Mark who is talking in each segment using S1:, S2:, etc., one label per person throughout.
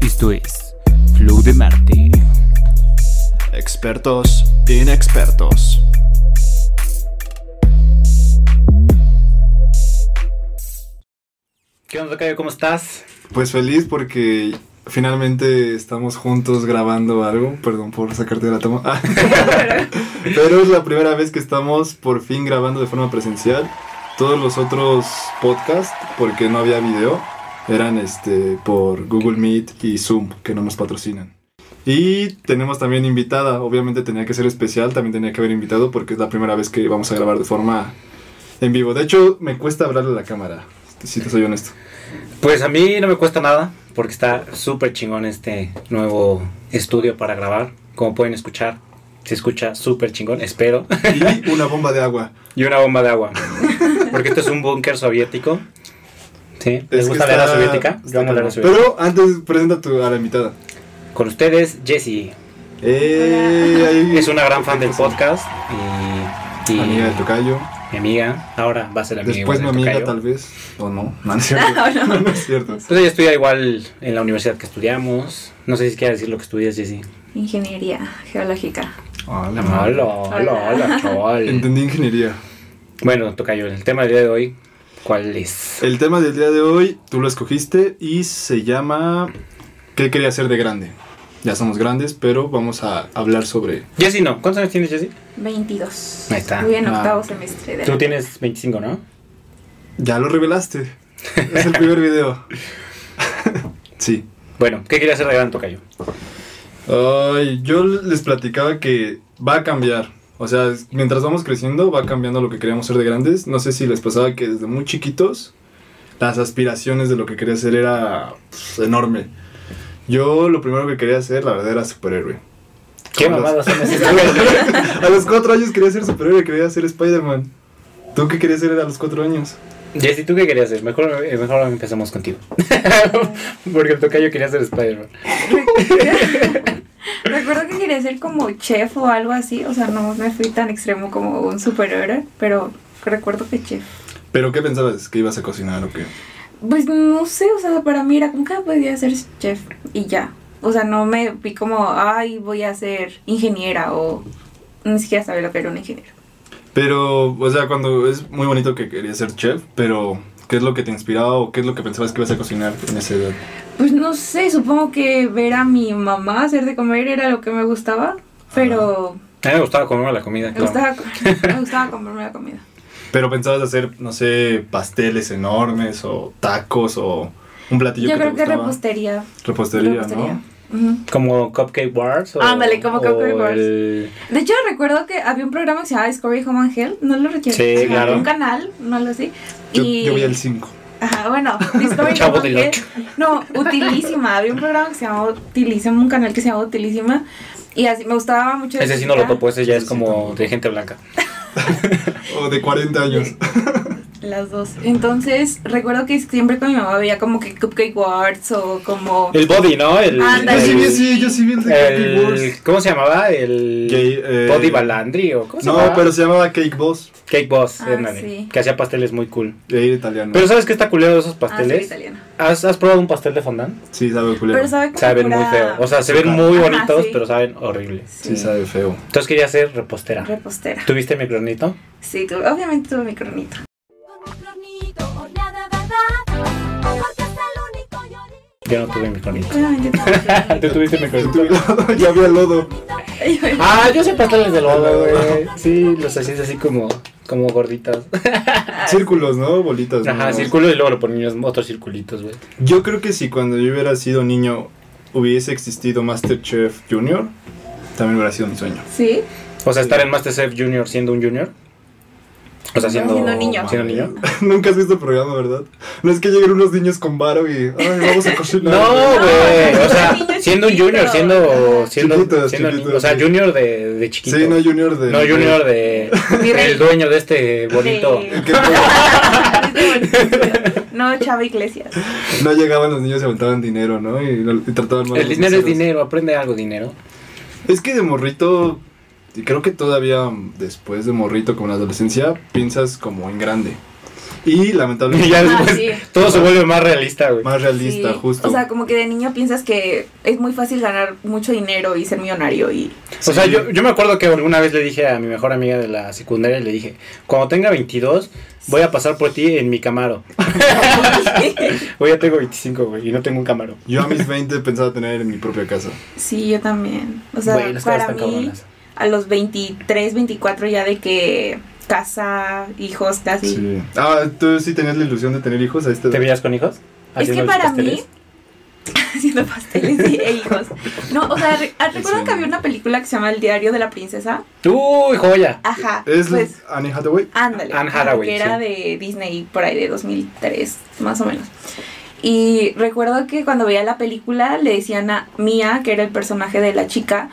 S1: Esto es Flow de Marte.
S2: Expertos inexpertos.
S1: ¿Qué onda, Cayo? ¿Cómo estás?
S2: Pues feliz porque finalmente estamos juntos grabando algo. Perdón por sacarte de la toma. Ah. Pero es la primera vez que estamos por fin grabando de forma presencial. Todos los otros podcasts, porque no había video, eran este por Google Meet y Zoom, que no nos patrocinan. Y tenemos también invitada, obviamente tenía que ser especial, también tenía que haber invitado porque es la primera vez que vamos a grabar de forma en vivo. De hecho, me cuesta hablarle a la cámara, si te soy honesto.
S1: Pues a mí no me cuesta nada porque está súper chingón este nuevo estudio para grabar. Como pueden escuchar, se escucha súper chingón, espero.
S2: Y una bomba de agua.
S1: Y una bomba de agua. Porque esto es un búnker soviético. ¿Sí?
S2: Es
S1: ¿Les
S2: que
S1: gusta la
S2: está-
S1: era soviética?
S2: está
S1: Yo amo la era
S2: cabrón.
S1: soviética.
S2: Pero antes presenta tu- a la invitada.
S1: Con ustedes, Jessie.
S2: Eh, ahí-
S1: Es una gran fan del
S2: Perfecto.
S1: podcast. Y, y
S2: Amiga de Tocayo.
S1: mi amiga. Ahora va a ser amiga
S2: Después mi
S1: igual de
S2: amiga
S1: Tocayo.
S2: tal vez. O no. No, no es cierto.
S3: No,
S2: no es cierto.
S1: Pues ella estudia igual en la universidad que estudiamos. No sé si quieres decir lo que estudias, Jessie.
S3: Ingeniería geológica.
S2: Hola,
S1: Hola,
S2: madre.
S1: hola, hola, chaval.
S2: Ah, Entendí ingeniería.
S1: Bueno, toca yo. El tema del día de hoy, ¿cuál es?
S2: El tema del día de hoy, tú lo escogiste y se llama ¿Qué quería hacer de grande? Ya somos grandes, pero vamos a hablar sobre...
S1: Jessy, no. ¿Cuántos años tienes, Jessy?
S3: 22.
S1: Ahí está.
S3: Voy en
S2: Ah.
S3: octavo semestre de
S1: Tú tienes 25, ¿no?
S2: Ya lo revelaste. Es el primer video. sí.
S1: Bueno, ¿qué quería hacer de gran tocayo?
S2: Ay, yo les platicaba que va a cambiar. O sea, mientras vamos creciendo, va cambiando lo que queríamos ser de grandes. No sé si les pasaba que desde muy chiquitos, las aspiraciones de lo que quería ser era pues, enorme. Yo lo primero que quería ser, la verdad, era superhéroe.
S1: ¿Qué
S2: Como
S1: mamadas
S2: los-
S1: son esas?
S2: a los cuatro años quería ser superhéroe, quería ser Spider-Man. ¿Tú qué querías ser a los cuatro años?
S1: Jessy, ¿tú qué querías hacer? Mejor, eh, mejor empezamos contigo. Porque el tocayo quería ser Spider-Man.
S3: Recuerdo que quería ser como chef o algo así. O sea, no me fui tan extremo como un superhéroe, pero recuerdo que chef.
S2: ¿Pero qué pensabas? ¿Que ibas a cocinar o qué?
S3: Pues no sé, o sea, para mí era como que podía ser chef y ya. O sea, no me vi como, ay, voy a ser ingeniera o ni siquiera sabía lo que era un ingeniero.
S2: Pero, o sea, cuando es muy bonito que querías ser chef, pero ¿qué es lo que te inspiraba o qué es lo que pensabas que ibas a cocinar en esa edad?
S3: Pues no sé, supongo que ver a mi mamá hacer de comer era lo que me gustaba, pero
S1: A mí me gustaba comer la comida.
S3: Me
S1: claro.
S3: gustaba, co- me gustaba comprarme la comida.
S2: Pero pensabas hacer, no sé, pasteles enormes o tacos o un platillo
S3: Yo
S2: que
S3: creo
S2: te
S3: que
S2: gustaba.
S3: repostería.
S2: repostería,
S3: repostería.
S2: ¿no?
S3: Ujú.
S1: Como Cupcake Wars. o-
S3: Ándale, como
S1: o
S3: Cupcake Wars.
S1: el-
S3: De hecho, recuerdo que había un programa que se llamaba Discovery Home and Health, no lo recuerdo.
S1: Sí,
S3: Ajá,
S1: claro.
S3: Un canal, no lo sé.
S2: Yo,
S3: y,
S2: yo vi el 5.
S3: Ajá, bueno, Discovery
S1: Chavo
S3: Home and
S1: del
S3: Health. No, Utilísima. Había un programa que se llamaba Utilísima, un canal que se llamaba Utilísima. Y así me gustaba mucho. de
S1: Ese sí no lo
S3: chiquita.
S1: topo, ese ya es
S2: Sí,
S1: como
S2: tampoco.
S1: de gente blanca.
S2: O de 40 años.
S3: Las dos. Entonces, recuerdo que siempre con mi mamá veía como que Cupcake Wars o como.
S1: El body, ¿no? El,
S2: yo
S3: Ándale.
S2: sí vi,
S1: el-
S2: sí, yo sí vi el de Cake Boss.
S1: el- ¿Cómo se llamaba? El
S2: Que, eh,
S1: Body Balandri o ¿cómo se
S2: No,
S1: llamaba?
S2: pero se llamaba Cake Boss.
S1: Cake Boss,
S3: Ah,
S1: ándale,
S3: sí.
S1: que hacía pasteles muy cool.
S2: De ahí italiano.
S1: Pero ¿sabes qué está culero de esos
S3: Ah, sí,
S1: pasteles?
S3: italiana.
S1: ¿Has, has probado un pastel de fondant?
S2: sí, sabe culero.
S3: Pero sabe como
S1: Saben muy
S3: pura-
S1: feo. O sea, se ven
S2: Ajá,
S1: muy bonitos,
S3: sí.
S1: pero saben horribles.
S2: Sí, sabe feo.
S1: Entonces quería ser repostera.
S3: Repostera.
S1: ¿Tuviste mi cronito?
S3: Sí, tuve- obviamente tuve mi cronito.
S1: Yo no tuve mi cronito.
S3: Obviamente
S1: ¿Tú tuviste mi
S2: Yo
S1: cronito?
S2: tuve lodo, ya había lodo.
S3: tuve mi-
S1: Ah, yo sé pasteles de lodo, güey. Sí, los hacías así como, como gorditas.
S3: Ah,
S2: Círculos, ¿no? Bolitas. Pues ¿no?
S1: Ajá, círculo y luego lo ponías otros circulitos, güey.
S2: Yo creo que si cuando yo hubiera sido niño hubiese existido Masterchef Junior, también hubiera sido mi sueño.
S3: Sí.
S1: O sea, estar en Masterchef Junior siendo un junior. O sea, siendo,
S3: Siendo niño.
S1: siendo niño.
S2: Nunca has visto el programa, ¿verdad? No es que lleguen unos niños con varo y "Ay, vamos a cocinar.
S1: No, güey.
S3: no,
S1: o sea,
S3: niño
S1: siendo un
S3: chiquito.
S1: junior, siendo.
S3: Ajá.
S1: siendo,
S2: Chiquitos,
S1: siendo
S2: chiquitos,
S1: niño, o sea,
S2: sí.
S1: junior de, de chiquito.
S2: Sí, no Junior de.
S1: No, junior de.
S3: Mi rey.
S1: El dueño de este bonito.
S3: Sí.
S2: El que no-
S3: no, Chava Iglesias.
S2: No llegaban los niños y aventaban dinero, ¿no? Y, lo- y trataban mal a
S1: El
S2: los
S1: dinero es
S2: meseros.
S1: dinero, aprende algo dinero.
S2: Es que de morrito, mm, y creo que todavía después de morrito, como en la adolescencia, piensas como en grande. Y
S1: Y
S2: lamentablemente
S1: ya
S3: Ah,
S1: después
S3: sí.
S1: todo se vuelve más realista, güey.
S2: más realista,
S3: Sí,
S2: justo.
S3: O sea, como que de niño piensas que es muy fácil ganar mucho dinero y ser millonario y...
S1: O sea,
S2: Sí.
S1: yo, yo me acuerdo que alguna vez le dije a mi mejor amiga de la secundaria, le dije, cuando tenga 22, voy a pasar por ti en mi Camaro. Hoy ya tengo 25, güey, y no tengo un Camaro.
S2: Yo a mis 20 pensaba tener en mi propia casa.
S3: Sí, yo también. O sea,
S1: Güey, las cosas
S3: para
S1: están
S3: mí,
S1: cabronas.
S3: a los 23, 24 ya de que casa, hijos, casi...
S2: Sí. Ah, tú sí tenías la ilusión de tener hijos a esta
S1: ¿Te
S2: edad?
S1: veías con hijos?
S3: Es que
S1: ¿Haciendo los
S3: para mí,
S1: pasteles?
S3: haciendo pasteles y- e hijos. No, o sea, re- ah, recuerdo que había una película que se llama El diario de la princesa.
S1: ¡Uy, joya!
S3: Ajá.
S2: ¿Es
S3: pues,
S2: Annie Hathaway?
S3: ándale.
S1: Anne
S3: ajá,
S1: Hathaway,
S3: Que era
S1: sí.
S3: de Disney por ahí de 2003, más o menos. Y recuerdo que cuando veía la película le decían a Mia, que era el personaje de la chica,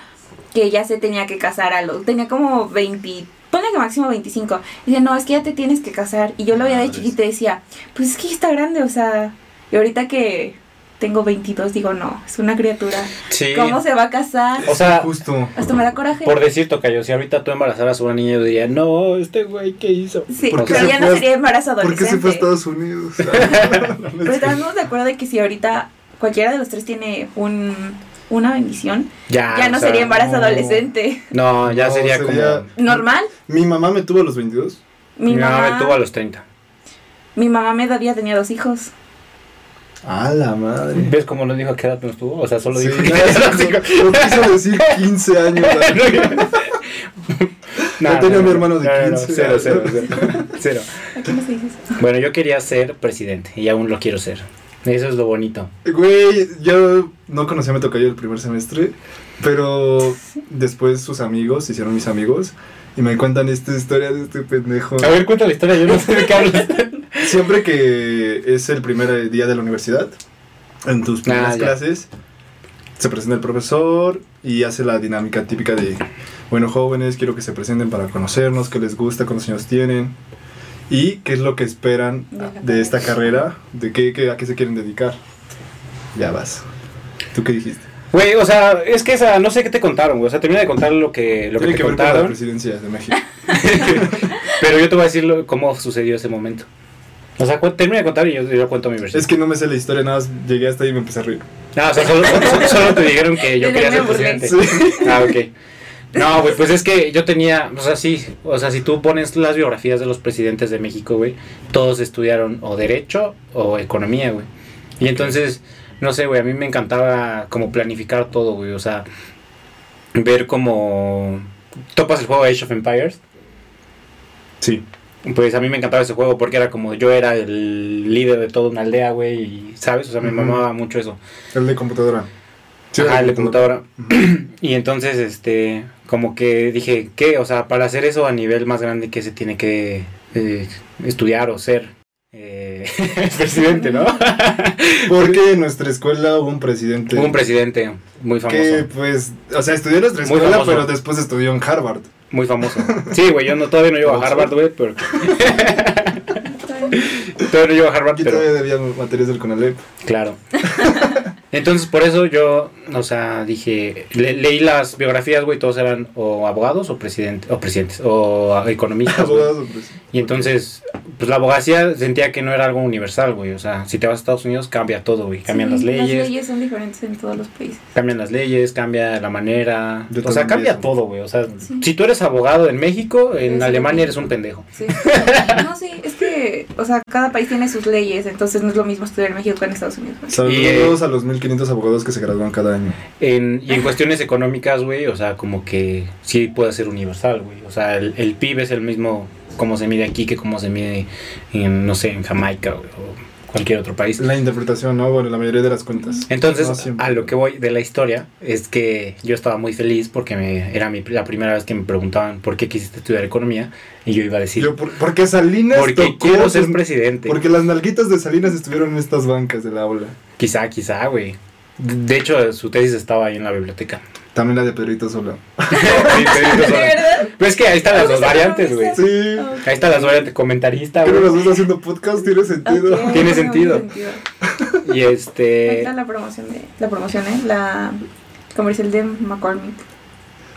S3: que ella se tenía que casar a los. Tenía como 20. Ponle que máximo 25. Y dice, no, es que ya te tienes que casar. Y yo lo veía de
S1: Ah,
S2: Madres.
S3: chiquita y decía, pues es que ya está grande, o sea. Y ahorita que tengo 22, digo, no, es una criatura.
S1: Sí.
S3: ¿Cómo se va a casar?
S1: O sea,
S2: Justo.
S3: Hasta me da coraje.
S1: por decir, Tocayo, si ahorita tú embarazaras a una niña, yo diría, no, este güey, ¿qué hizo?
S3: Sí,
S2: ¿Por qué
S3: pero
S2: se
S3: ya
S2: fue
S3: no
S2: a-
S3: sería embarazo
S2: ¿Por
S3: adolescente.
S2: qué se fue a Estados Unidos?
S3: Pero
S1: Pues
S3: estamos de acuerdo de que si ahorita cualquiera de los tres tiene un, una bendición,
S1: Ya,
S3: ya no
S1: Ah, o sea,
S3: sería embarazo
S2: no.
S3: adolescente.
S1: No, ya
S2: No,
S1: sería,
S2: sería-
S1: como...
S3: Normal.
S2: Mi mamá me tuvo a los 22.
S3: Mi, mamá,
S1: me tuvo a los 30.
S3: mi mamá me había tenía dos hijos.
S2: A la madre.
S1: ¿Ves cómo nos dijo a qué edad nos tuvo? O sea, solo
S2: Sí,
S1: dijo...
S2: no, no quiso decir 15 años.
S1: No,
S2: Yo tenía un hermano de 15.
S1: cero, cero, cero, cero.
S3: ¿A quién les dices?
S1: Bueno, yo quería ser presidente y aún lo quiero ser. Eso es lo bonito.
S2: Güey, yo no conocía a mi tocayo el primer semestre, pero después sus amigos se hicieron mis amigos y me cuentan esta historia de este pendejo.
S1: A ver, cuenta la historia, yo no sé de qué hablas.
S2: Siempre que es el primer día de la universidad, en tus primeras
S1: Ah, ya.
S2: clases, se presenta el profesor y hace la dinámica típica de, bueno, jóvenes, quiero que se presenten para conocernos, qué les gusta, cuántos años tienen y qué es lo que esperan
S3: De la
S2: de esta carrera,
S3: carrera.
S2: de qué, qué- a qué se quieren dedicar. Ya vas. ¿Tú qué dijiste?
S1: Güey, o sea, es que esa, no sé qué te contaron, güey. O sea, termina de contar lo que, lo que te
S2: Tiene que ver con la
S1: contaron,
S2: presidencia de México.
S1: pero yo te voy a decir lo- cómo sucedió ese momento. O sea, cu- termina de contar y yo, yo cuento mi versión.
S2: es que no me sé la historia, nada más llegué hasta ahí y me empecé a reír.
S1: No, o sea, solo, solo- solo te dijeron que yo
S3: Desde
S1: quería
S3: ahí
S1: ser
S3: me burlé.
S1: presidente. Ah, ok. No, güey, pues es que yo tenía, o sea, sí, o sea, si tú pones las biografías de los presidentes de México, güey, todos estudiaron o derecho o economía, güey. Y entonces, no sé, güey, a mí me encantaba como planificar todo, güey, o sea, ver como topas el juego Age of Empires.
S2: Sí.
S1: Pues a mí me encantaba ese juego porque era como yo era el líder de toda una aldea, güey, y, ¿sabes? O sea, me
S2: Ujú.
S1: mamaba mucho eso.
S2: El de computadora. Sí,
S1: Ajá, el de computadora.
S2: Ujú.
S1: Y entonces, este, como que dije, ¿qué? O sea, para hacer eso a nivel más grande, ¿qué se tiene que eh, estudiar o ser? Eh, presidente, ¿no?
S2: Porque en nuestra escuela hubo un presidente.
S1: Un presidente muy famoso.
S2: Que pues, o sea, estudió en nuestra
S1: Muy
S2: escuela,
S1: famoso.
S2: pero después estudió en Harvard.
S1: Muy famoso. Sí, güey, yo no, todavía no llego a
S2: Oxford.
S1: Harvard, güey, pero... todavía no llego a Harvard,
S2: Aquí
S1: pero...
S2: todavía debía materias del CONALEP.
S1: Claro. Entonces, por eso yo, o sea, dije, le- leí las biografías, güey, todos eran o abogados o, presidente, o presidentes, o ah, economistas. güey.
S2: Abogados, pues.
S1: Y entonces, pues la abogacía sentía que no era algo universal, güey. O sea, si te vas a Estados Unidos cambia todo, güey. Cambian
S3: Sí,
S1: las leyes,
S3: Las leyes son diferentes en todos los países.
S1: cambian las leyes, cambia la manera.
S2: Yo
S1: o sea,
S2: también
S1: cambia
S2: eso.
S1: todo, güey. O sea,
S3: Sí.
S1: si tú eres abogado en México, en
S3: Eres un
S1: Alemania
S3: pendejo.
S1: eres un pendejo.
S3: Sí. No, sí, es que, o sea, cada país tiene sus leyes, entonces no es lo mismo estudiar en México que en Estados Unidos. güey.
S2: Saludos
S1: eh,
S2: a los 1500 abogados que se gradúan cada año.
S1: En- y en cuestiones económicas, güey, o sea, como que sí puede ser universal, güey. O sea, el, el PIB es el mismo como se mide aquí que como se mide en, no sé, en Jamaica güey, o cualquier otro país.
S2: La interpretación, ¿no? Bueno, la mayoría de las cuentas. No
S1: Entonces,
S2: siempre.
S1: a lo que voy de la historia es que yo estaba muy feliz porque me, era mi, la primera vez que me preguntaban por qué quisiste estudiar economía y yo iba a decir,
S2: Yo, por- porque Salinas
S1: porque
S2: tocó
S1: quiero
S2: sus-
S1: ser presidente.
S2: Porque las nalguitas de Salinas estuvieron en estas bancas del aula.
S1: Quizá, quizá, güey. De hecho, su tesis estaba ahí en la biblioteca.
S2: También la de Pedrito Sola.
S1: Sí, te digo, o
S3: ¿De
S1: sea,
S3: verdad?
S1: Pero es que ahí están las dos variantes, güey.
S2: Sí.
S3: Ah, ok.
S1: Ahí están las variantes comentarista,
S2: Creo que
S1: güey.
S2: nos dos haciendo podcast, tiene sentido.
S3: Ok,
S1: Tiene sentido. Y
S3: Ahí está
S1: este...
S3: la promoción de, la promoción, ¿eh? La comercial de McCormick.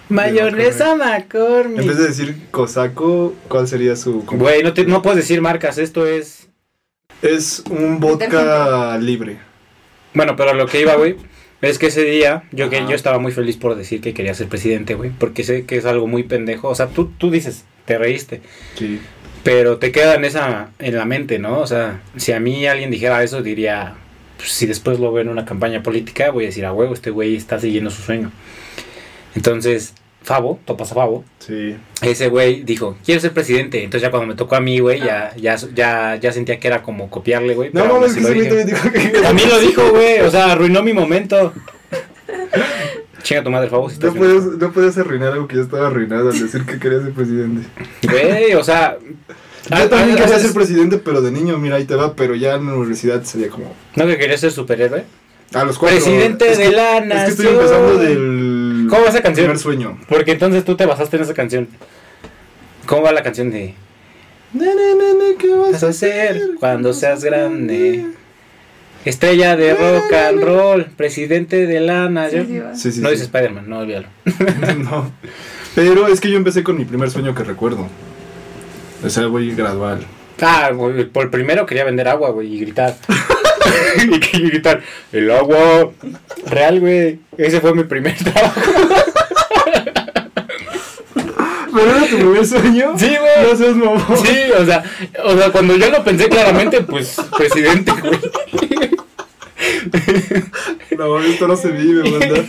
S1: Mayonesa McCormick.
S2: En vez de decir cosaco, ¿cuál sería su...?
S1: Güey, no, te- no puedes decir marcas, esto es...
S2: Es un vodka libre.
S1: Bueno, pero lo que iba, güey, es que ese día yo, que,
S2: Ajá.
S1: yo estaba muy feliz por decir que quería ser presidente, güey, porque sé que es algo muy pendejo. O sea, tú, tú dices, te reíste,
S2: Sí.
S1: pero te queda en, esa, en la mente, ¿no? O sea, si a mí alguien dijera eso, diría, pues, si después lo veo en una campaña política, voy a decir, a huevo, este güey está siguiendo su sueño. Entonces, Favo, topas a Favo,
S2: Sí.
S1: ese güey dijo, quiero ser presidente. Entonces ya cuando me tocó a mí, güey, ya, ya, ya, ya sentía que era como copiarle, güey.
S2: No,
S1: pero aún
S2: mames,
S1: así
S2: que
S1: lo
S2: se me
S1: dije.
S2: también dijo que...
S1: También lo dijo, güey. O sea, arruinó mi momento. Chinga tu madre, favor. Si
S2: No
S1: estás
S2: puedes, no puedes arruinar algo que ya estaba arruinado al decir que querías ser presidente.
S1: Güey, o sea.
S2: Yo también
S1: o sea,
S2: quería ser presidente, pero de niño, mira, ahí te va, pero ya en la universidad sería como...
S1: ¿No que querías ser superhéroe?
S2: A los cuatro...
S1: Presidente
S2: es que-
S1: de la
S2: Es que estoy
S1: nación.
S2: empezando del...
S1: ¿Cómo va esa canción?
S2: Primer sueño.
S1: Porque entonces tú te basaste en esa canción. ¿Cómo va la canción de.?
S2: Na, na, na, na, ¿qué
S1: ¿Qué vas a hacer cuando seas grande? Estrella de rock and roll, presidente de la nación.
S3: Sí, sí, va.
S2: Sí, sí,
S1: no
S2: sí.
S1: dice Spider-Man, no olvídalo.
S2: no. Pero es que yo empecé con mi primer sueño que recuerdo. O sea, voy gradual.
S1: Ah, güey, por primero quería vender agua, güey, y gritar. y que- y gritar, el agua. Real, güey. Ese fue mi primer trabajo.
S2: ¿Pero era tu primer sueño?
S1: Sí, güey.
S2: No seas mamón.
S1: Sí, o sea, o sea, cuando yo lo pensé claramente, pues, presidente, güey.
S2: No, esto no se vive, ¿verdad?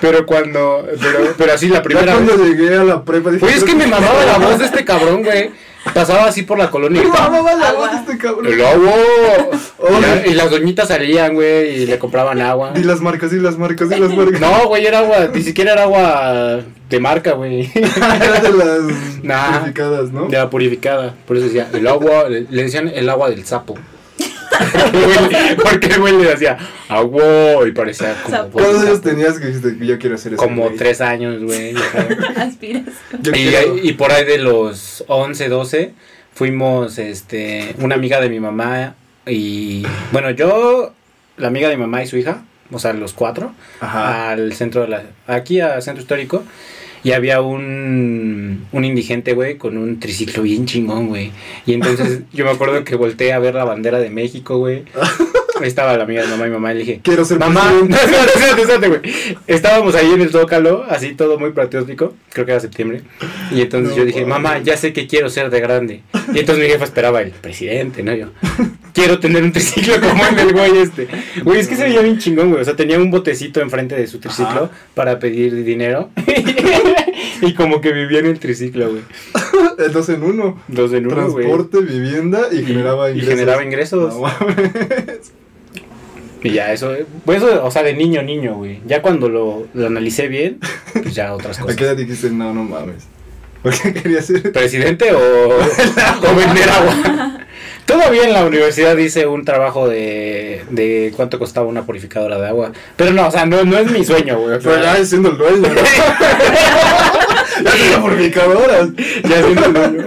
S1: Pero cuando, pero, pero así la
S2: Ya
S1: primera vez.
S2: cuando llegué a la prepa dije...
S1: Oye, es que me mamaba la voz de este cabrón, güey. Pasaba así por la colonia. y
S2: Me
S1: gritaba,
S2: mamaba la
S3: Agua.
S2: voz de este cabrón.
S1: El agua. Y la-
S2: Oye.
S1: Y las doñitas salían, güey, Oh. y le compraban agua.
S2: Di las marcas, di las marcas, di las marcas.
S1: No, güey, era agua, ni siquiera era agua de marca, güey.
S2: Era de las
S1: Nah.
S2: purificadas, ¿no?
S1: Ya purificada. Por eso decía, el agua, le le decían el agua del sapo. Güey, Porque el güey le decía, agua, y parecía como.
S3: Sapo.
S2: ¿Cuántos años
S1: sapo.
S2: tenías que dijiste que yo quiero hacer eso?
S1: pues, Como tres años, güey. ajá.
S3: Aspiras.
S2: Yo quiero...
S1: Y, y por ahí de los 11, 12, fuimos, este, una amiga de mi mamá y, bueno, yo, la amiga de mi mamá y su hija, o sea, los cuatro,
S2: Ajá.
S1: al centro de la, aquí al centro histórico y había un, un indigente, güey, con un triciclo bien chingón, güey. Y entonces yo me acuerdo que volteé a ver la bandera de México, güey. Ahí Estaba la amiga de mamá y mamá y le dije,
S2: Quiero ser
S1: mamá, no,
S2: presidente.
S1: espérate, espérate, espérate, güey. Estábamos ahí en el Zócalo, así todo muy patriótico, creo que era septiembre. Y entonces
S2: No,
S1: yo dije,
S2: wow.
S1: mamá, ya sé que quiero ser de grande. Y entonces mi jefa esperaba el presidente, ¿no? Yo, quiero tener un triciclo como en el güey este. Güey, es que se veía bien chingón, güey. O sea, tenía un botecito enfrente de su triciclo
S2: Ajá.
S1: para pedir dinero. y como que vivía en el triciclo, güey.
S2: El eh, Dos en uno.
S1: Dos en uno, güey.
S2: Transporte, vivienda y, generaba
S1: y
S2: ingresos.
S1: generaba ingresos.
S2: No mames.
S1: Y ya, eso, eh, pues eso, o sea, de niño, niño, güey. Ya cuando lo, lo analicé bien, pues ya otras
S2: ¿A qué
S1: cosas.
S2: edad dijiste no, no mames? ¿Por qué quería ser?
S1: ¿Presidente o, o vender agua? Todavía en la universidad hice un trabajo de, de cuánto costaba una purificadora de agua. Pero no, o sea, no, no es mi sueño, güey. o sea,
S2: Pero ya siendo el dueño, ¿no? ya tenía purificadoras.
S1: ya siendo niño.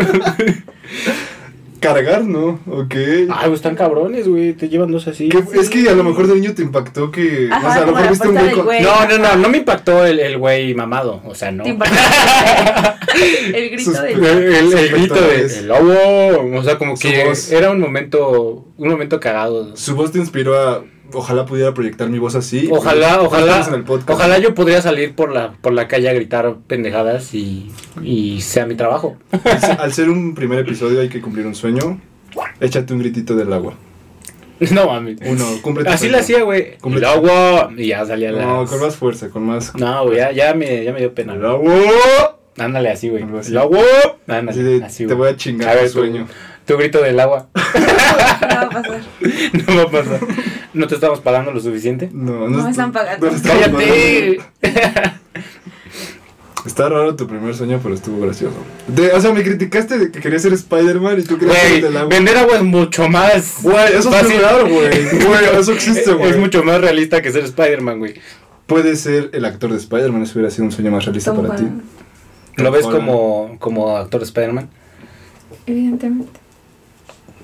S2: Cargar, ¿no? Ok.
S3: Ah,
S1: Ay, pues están cabrones, güey, te llevan dos así.
S2: Que- Es que a lo mejor de niño te impactó que.
S3: Ajá,
S2: o sea, a lo
S3: como
S2: mejor
S3: la
S2: viste un
S3: puerta
S2: güey
S3: del
S2: con-
S3: güey.
S1: No, no, no, no me impactó el el güey mamado, o sea, no.
S3: Te impacta. El grito
S2: Sus-
S1: El,
S3: del.
S1: el- el
S2: Sus
S1: grito de
S2: pectorales.
S1: el lobo, o sea, como
S2: Su
S1: que
S2: voz.
S1: era un momento, un momento cagado.
S2: Su voz te inspiró a. Ojalá pudiera proyectar mi voz así.
S1: Ojalá,
S2: Ahorita
S1: ojalá,
S2: estamos en el podcast.
S1: ojalá yo podría salir por la, por la calle a gritar pendejadas y, y sea mi trabajo.
S2: Al ser un primer episodio hay que cumplir un sueño. Échate un gritito del agua.
S1: No mames.
S2: Uno, cumple tu
S1: Así
S2: sueño.
S1: la hacía, güey.
S2: Cumple
S1: El
S2: tu-
S1: agua y ya salía la.
S2: No, con más fuerza, con más.
S1: No, güey, ya, ya me, ya me dio pena.
S2: El agua.
S1: Ándale así, güey.
S2: Algo así.
S1: El agua.
S2: Así
S1: Ándale,
S2: de,
S1: así,
S2: te
S1: güey.
S2: voy a chingar
S1: A ver,
S2: tu sueño.
S1: Tu grito del agua.
S3: No va a pasar.
S1: no va a pasar. No te estamos pagando lo suficiente.
S2: No,
S3: No me
S2: está-
S3: están pagando.
S2: no está
S1: ¡Cállate!
S2: Está raro tu primer sueño, pero estuvo gracioso. De- o sea, me criticaste de que querías ser Spider-Man y tú querías ser
S1: Güey,
S2: el del agua.
S1: vender agua es mucho más.
S2: Güey, eso es muy
S1: fácil.
S2: raro, güey. Güey, eso existe, güey.
S1: Es mucho más realista que ser Spider-Man, güey.
S2: Puede ser el actor de Spider-Man, eso hubiera sido un sueño más realista
S3: Tom
S2: para ti.
S3: Holland,
S1: ¿Lo ves
S2: Hola.
S1: como, como actor de Spider-Man?
S3: Evidentemente.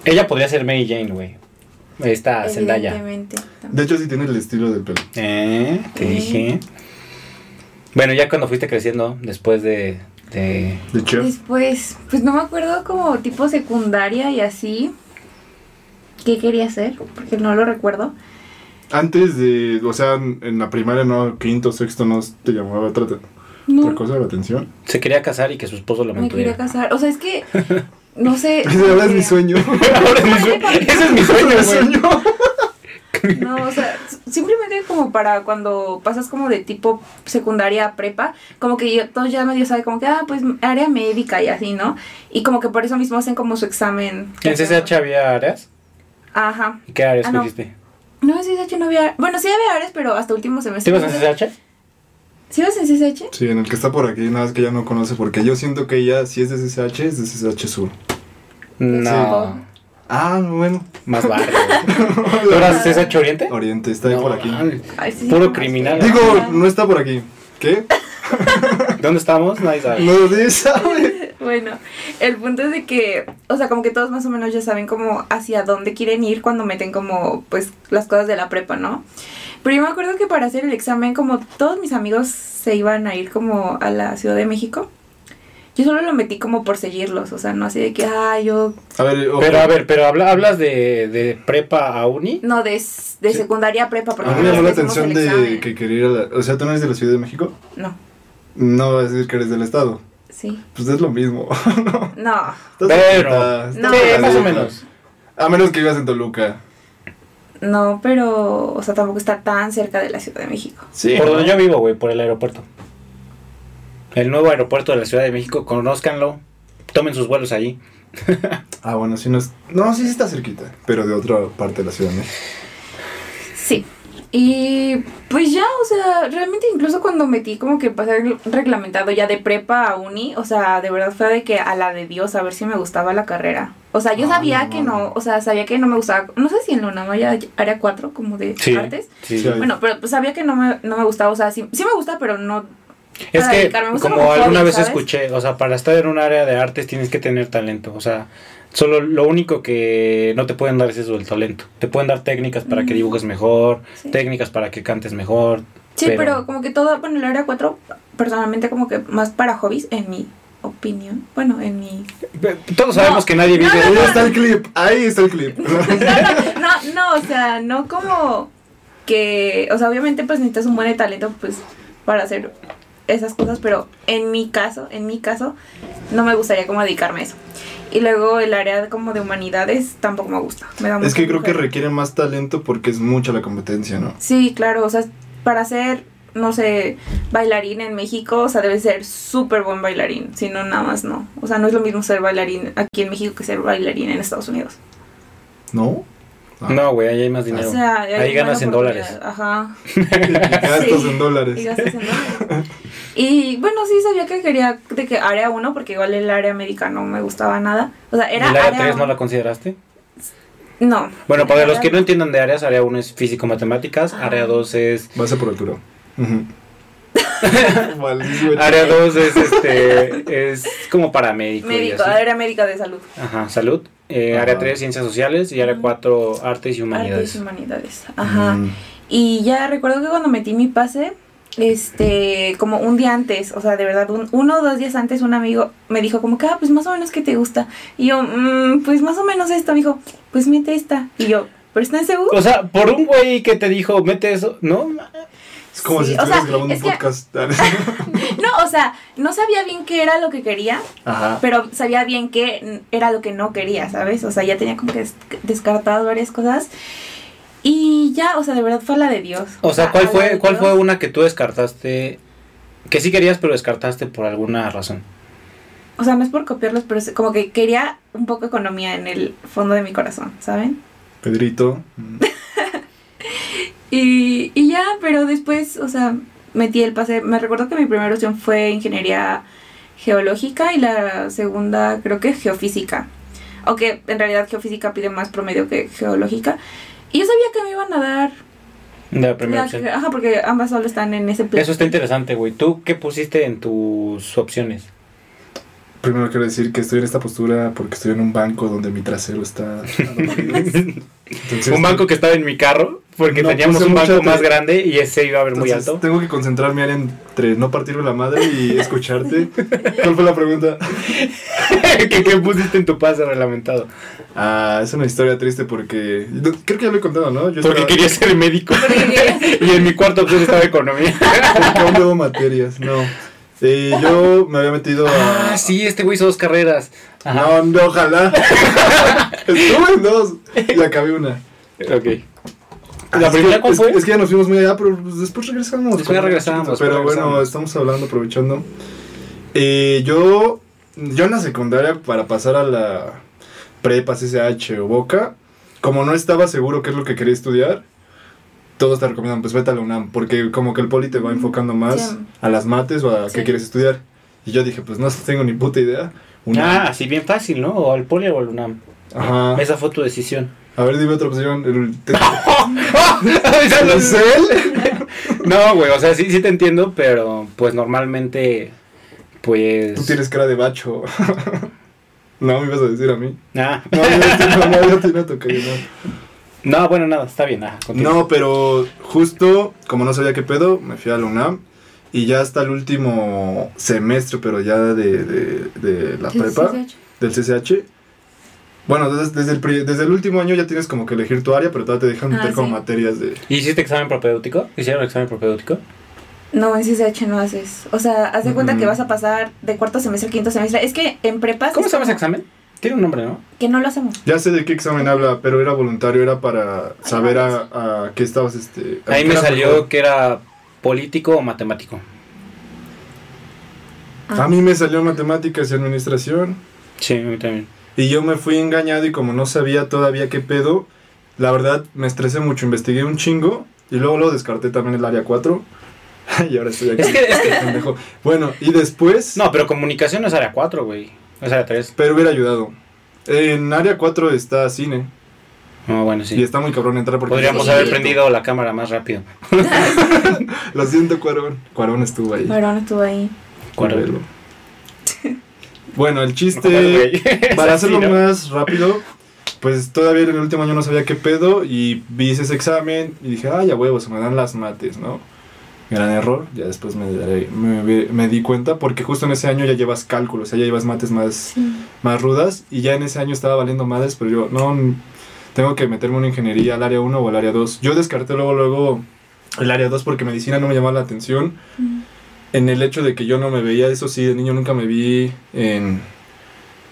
S1: Ella podría ser Mary Jane, güey. Esta Ah, Zendaya.
S3: Evidentemente.
S2: De hecho, sí tiene el estilo del pelo.
S1: ¿Eh? Te
S3: Mm.
S1: dije. Bueno, ya cuando fuiste creciendo, después de... de-
S2: De chef.
S3: Después, pues no me acuerdo como tipo secundaria y así. ¿Qué quería hacer? Porque no lo recuerdo.
S2: Antes de, o sea, en en la primaria, no, quinto, sexto, no te llamaba otra, otra
S3: No,
S2: cosa la atención.
S1: Se quería casar y que su esposo lo
S3: me quería
S1: mantuviera.
S3: casar. O sea, es que no sé.
S2: Ese ahora es mi sueño.
S1: Ahora es mi sueño. Ese es mi sueño,
S2: Mi
S1: güey.
S2: sueño.
S3: No, o sea, s- simplemente como para cuando pasas como de tipo secundaria a prepa, como que yo, todos ya medio saben como que, ah, pues área médica y así, ¿no? Y como que por eso mismo hacen como su examen.
S1: ¿En CCH había áreas?
S3: Ajá.
S1: ¿Y qué áreas
S3: Ah, no.
S1: fuiste?
S3: No, en CCH no había... Bueno, sí había áreas, pero hasta último
S1: ¿Te
S3: semestre.
S1: ibas en CCH?
S3: ¿Sí ibas en CCH?
S2: Sí, en el que está por aquí, nada más que ya no conoce, porque yo siento que ella, si es de CCH, es de CCH Sur.
S1: No.
S2: Ah, bueno.
S1: Más barrio. güey. ¿Tú eras CCH Oriente?
S2: Oriente, está ahí
S1: No,
S2: por aquí.
S1: mames.
S3: Ay, sí, Ah,
S1: Puro
S3: no,
S1: criminal.
S3: sí.
S2: Digo, no está por aquí. ¿Qué?
S1: ¿Dónde estamos? Nadie sabe.
S2: No se sabe.
S3: Bueno, el punto es de que, o sea, como que todos más o menos ya saben como hacia dónde quieren ir cuando meten como, pues, las cosas de la prepa, ¿no? Pero yo me acuerdo que para hacer el examen, como todos mis amigos se iban a ir como a la Ciudad de México, yo solo lo metí como por seguirlos, o sea, no así de que, ah, yo,
S2: A ver, ojo.
S1: Pero a ver, pero habla- hablas de, de prepa a uni.
S3: no, de, s- de
S2: Sí.
S3: secundaria a prepa, porque
S2: A mí
S3: no
S2: me llamó la
S3: nos hacemos
S2: atención
S3: el
S2: de
S3: examen.
S2: que quería ir a la... O sea, ¿tú no eres de la Ciudad de México?
S3: No,
S2: No vas a decir que eres del Estado.
S3: sí,
S2: Pues es lo mismo.
S3: no,
S2: Estás
S1: Pero-
S2: cerquita,
S1: Sí,
S2: estás
S3: No.
S2: cerquita.
S1: más o menos.
S2: A menos que vivas en Toluca.
S3: no, pero, o sea, tampoco está tan cerca de la Ciudad de México.
S2: Sí.
S1: por donde yo vivo, güey, por el aeropuerto. El nuevo aeropuerto de la Ciudad de México, conózcanlo. Tomen sus vuelos allí.
S2: Ah, bueno, sí no es... No, sí, sí está cerquita. Pero de otra parte de la Ciudad de México.
S3: Sí. Y pues ya, o sea, realmente incluso cuando metí como que pasé regl- reglamentado ya de prepa a uni, o sea, de verdad fue de que a la de Dios a ver si me gustaba la carrera. O sea, yo
S2: Ah,
S3: sabía
S2: no
S3: que
S2: mames.
S3: no, o sea, sabía que no me gustaba, no sé si en la UNAM haya área 4 como de
S1: Sí.
S3: artes.
S1: sí.
S2: Sí,
S3: Bueno, pero pues, sabía que no me, no me gustaba, o sea, sí, sí me gusta, pero no...
S1: Es
S3: para
S1: que,
S3: dedicarme, me gusta
S1: como
S3: como
S1: alguna
S3: hobby,
S1: vez
S3: ¿sabes?
S1: escuché, o sea, para estar en un área de artes tienes que tener talento. O sea, solo lo único que no te pueden dar es eso, el talento. Te pueden dar técnicas para que
S3: Ujú.
S1: dibujes mejor,
S3: Mm. Sí.
S1: técnicas para que cantes mejor.
S3: Sí, pero, como que todo, bueno, el área 4 personalmente como que más para hobbies, en mi opinión, bueno, en mi
S1: Pe- Todos sabemos
S3: No,
S1: que nadie vive.
S2: Ahí está el clip. Ahí está el clip.
S3: no, no, o sea, no como que, o sea, obviamente pues necesitas un buen talento pues para hacer esas cosas, pero en mi caso, en mi caso, no me gustaría como dedicarme a eso. Y luego el área como de humanidades tampoco me gusta. Me da
S2: es
S3: mucha
S2: que creo que
S3: flojera.
S2: requiere más talento porque es mucha la competencia, ¿no?
S3: Sí, claro, o sea, para ser, no sé, bailarín en México, o sea, debe ser súper buen bailarín, si no, nada más no. O sea, no es lo mismo ser bailarín aquí en México que ser bailarín en Estados Unidos.
S2: ¿No? Ah.
S1: No, güey, ahí hay más dinero.
S3: O sea,
S1: Ahí
S3: hay una
S1: ganas en
S3: oportunidad.
S1: dólares.
S3: Ajá.
S2: Gastos
S3: Sí.
S2: en
S3: Y
S2: dólares.
S3: gastas en dólares. Y bueno, sí sabía que quería de que área 1, porque igual el área médica no me gustaba nada. O sea,
S1: ¿Y
S3: era
S1: ¿El área 3
S3: área
S1: no la
S3: uno.
S1: consideraste?
S3: No.
S1: Bueno, para los que no
S3: Área-
S1: entiendan de áreas, área 1 es físico-matemáticas,
S3: Ah.
S1: área 2 es...
S2: Base por altura.
S1: Área 2 es, este, es como paramédico. y
S3: Médico,
S1: así.
S3: área médica de salud.
S1: Ajá, salud. Eh,
S2: Ajá.
S1: Área 3, ciencias sociales. Y área
S3: Ujú.
S1: 4, artes y
S3: Artes
S1: humanidades.
S3: y humanidades. Ajá.
S1: Mm.
S3: Y ya recuerdo que cuando metí mi pase, este, como un día antes, o sea, de verdad, un- uno o dos días antes, un amigo me dijo como que, ah, pues más o menos que te gusta. Y yo, "Mm, pues más o menos esta. Me dijo, pues mete esta. Y yo, ¿pero está en CU?
S1: O sea, por un güey que te dijo, mete eso, ¿no?
S2: Es como
S3: Sí,
S2: si
S3: o sea,
S2: estuvieras grabando
S3: es
S2: un
S3: que-
S2: podcast.
S3: No, o sea, no sabía bien qué era lo que quería,
S2: Ajá.
S3: pero sabía bien qué era lo que no quería, ¿sabes? O sea, ya tenía como que des- descartado varias cosas. Y ya, o sea, de verdad fue la de Dios.
S1: O sea, ¿cuál
S3: a la de
S1: fue, cuál
S3: Ah, Dios.
S1: fue una que tú descartaste? Que sí querías, pero descartaste por alguna razón.
S3: O sea, no es por copiarlos, pero es como que quería un poco economía en el fondo de mi corazón, ¿saben?
S2: Pedrito. mm,
S3: Y, y ya, pero después, o sea, metí el pase. Me recuerdo que mi primera opción fue ingeniería geológica y la segunda creo que geofísica. Aunque en realidad geofísica pide más promedio que geológica. Y yo sabía que me iban a dar...
S1: De la primera
S3: la-
S1: opción.
S3: ajá, porque ambas solo están en ese plan.
S1: Eso está interesante, güey. ¿Tú qué pusiste en tus opciones?
S2: Primero quiero decir que estoy en esta postura porque estoy en un banco donde mi trasero está. adolorido. Entonces,
S1: un banco que estaba en mi carro, porque
S2: No
S1: teníamos
S2: puse
S1: un
S2: mucha
S1: banco más
S2: atención.
S1: grande y ese iba a ver muy
S2: entonces,
S1: alto.
S2: Tengo que concentrarme Ari, entre no partirme la madre y escucharte. ¿Cuál fue la pregunta?
S1: ¿Qué, qué pusiste en tu pase reglamentado?
S2: Ah, es una historia triste porque. no, Creo que ya lo he contado, ¿no? Yo
S1: Porque
S2: estaba-
S1: quería ser médico.
S3: Porque-
S1: y en mi cuarta opción estaba economía.
S2: porque aún debo materias, no. Eh, yo me había metido a.
S1: Ah, sí, este güey hizo dos carreras. Ajá.
S2: No, no, ojalá. Estuve en dos y acabé una.
S1: Ok.
S2: Ah,
S1: ¿La
S2: es
S1: primera
S2: que-
S1: cuál
S2: es-
S1: fue?
S2: Es, que ya nos fuimos muy allá, pero pues, después regresamos.
S1: Después regresamos,
S2: Pero
S1: después
S2: bueno,
S1: regresamos.
S2: estamos hablando, aprovechando. Eh, yo, yo en la secundaria, para pasar a la prepa, CCH o Boca, como no estaba seguro qué es lo que quería estudiar, todos te recomiendan, pues vete a la UNAM, porque como que el poli te va enfocando más
S3: Mm, Sí.
S2: a las mates o a
S3: Sí.
S2: qué quieres estudiar. Y yo dije, pues no tengo ni puta idea.
S1: Ah,
S2: UNAM.
S1: así bien fácil, ¿no? O al poli o al UNAM.
S2: Ajá.
S1: Esa fue tu decisión.
S2: A ver, dime otra opción. El- te-
S1: ¿El cel? no, güey, o sea, sí, sí te entiendo, pero pues normalmente, pues...
S2: Tú tienes cara de bacho. no, me ibas a decir a mí.
S1: Ah.
S2: No, no, no, no, yo te iba a tocar, no.
S1: No, bueno, nada, está bien. ah, continúa.
S2: No, pero justo como no sabía qué pedo, me fui a la UNAM. Y ya hasta el último semestre, pero ya de, de, de la prepa, del CCH. Bueno, desde, desde, el, pri- desde el último año ya tienes como que elegir tu área, pero todavía te dejan
S3: Ah,
S2: meter como
S3: sí.
S2: materias de...
S1: ¿Hiciste examen propedéutico? ¿Hicieron examen propedéutico?
S3: No, en CCH no haces. O sea, haz de cuenta
S2: Mm.
S3: que vas a pasar de cuarto semestre a quinto semestre. Es que en prepas.
S1: ¿Cómo
S3: es
S1: se llama ese
S3: como
S1: examen? Tiene un nombre, ¿no?
S3: Que no lo hacemos.
S2: Ya sé de qué examen habla, pero era voluntario, era para saber
S3: pues.
S2: a, a qué estabas... Este, a
S1: Ahí
S2: qué
S1: me
S2: era
S1: salió
S2: mejor.
S1: que era político o matemático.
S3: Ah,
S2: A mí me salió matemáticas y administración.
S1: Sí, a mí también.
S2: Y yo me fui engañado y como no sabía todavía qué pedo, la verdad me estresé mucho, investigué un chingo y luego lo descarté también el área 4. y ahora estoy aquí. Este
S1: Es que, es que-
S2: pendejo. Bueno, y después,
S1: No, pero comunicación no es área 4, güey. Es área 3.
S2: pero hubiera ayudado. En área 4 está cine
S1: No, Ah, bueno,
S2: y
S1: sí.
S2: está muy cabrón entrar porque
S1: Podríamos
S3: Sí.
S1: haber prendido la cámara más rápido.
S2: Lo siento, Cuarón. Cuarón estuvo ahí.
S3: Pero no estuvo ahí.
S2: Cuarelo. Bueno, el
S1: Bueno,
S2: chiste
S1: güey. Es
S2: este, Para
S1: así,
S2: hacerlo
S1: ¿no?
S2: más rápido, pues todavía en el último año no sabía qué pedo y vi ese examen y dije, ay, a huevo, se me dan las mates, ¿no? Gran error, ya después me, daré- me, me di cuenta porque justo en ese año ya llevas cálculos, o sea, ya llevas mates más,
S3: Sí.
S2: más rudas y ya en ese año estaba valiendo madres, pero yo, no, n- tengo que meterme una ingeniería al área 1 o al área 2. Yo descarté luego, luego el área 2 porque medicina no me llamaba la atención en el hecho de que yo no me veía, eso sí, de niño nunca me vi en,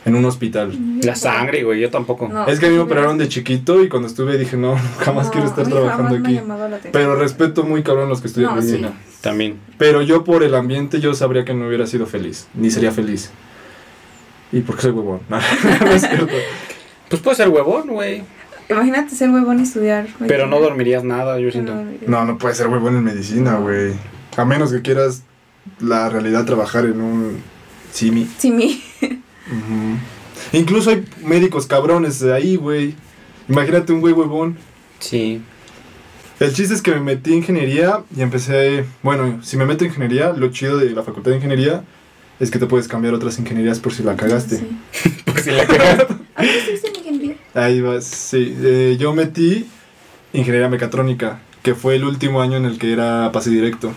S2: en un hospital.
S1: La sangre, güey, yo tampoco.
S3: No.
S2: Es que a mí me operaron de chiquito y cuando estuve dije, no, jamás
S3: No,
S2: quiero estar
S3: a mí
S2: trabajando
S3: jamás me ha
S2: aquí.
S3: llamado la atención.
S2: Pero respeto muy cabrón los que estudian
S3: No, sí.
S2: medicina.
S1: También.
S2: Pero yo por el ambiente yo sabría que no hubiera sido feliz, ni sería feliz. ¿Y por qué soy huevón? No, no es cierto.
S1: Pues puede ser huevón, güey.
S3: Imagínate ser huevón y estudiar. medicina. eh,
S1: Pero no dormirías nada, yo siento.
S2: No, no puedes ser huevón en medicina, güey. A menos que quieras la realidad trabajar en un simi.
S3: Sí, mi.
S2: Ujú. Incluso hay médicos cabrones de ahí, güey. Imagínate un güey huevón.
S1: Sí.
S2: El chiste es que me metí en ingeniería y empecé. Bueno, si me meto en ingeniería, lo chido de la facultad de ingeniería es que te puedes cambiar a otras ingenierías por si la cagaste.
S3: Sí.
S1: Por si la cagaste.
S3: ¿A qué estuviste en ingeniería?
S2: Ahí vas, sí. Eh, yo metí ingeniería mecatrónica, que fue el último año en el que era pase directo.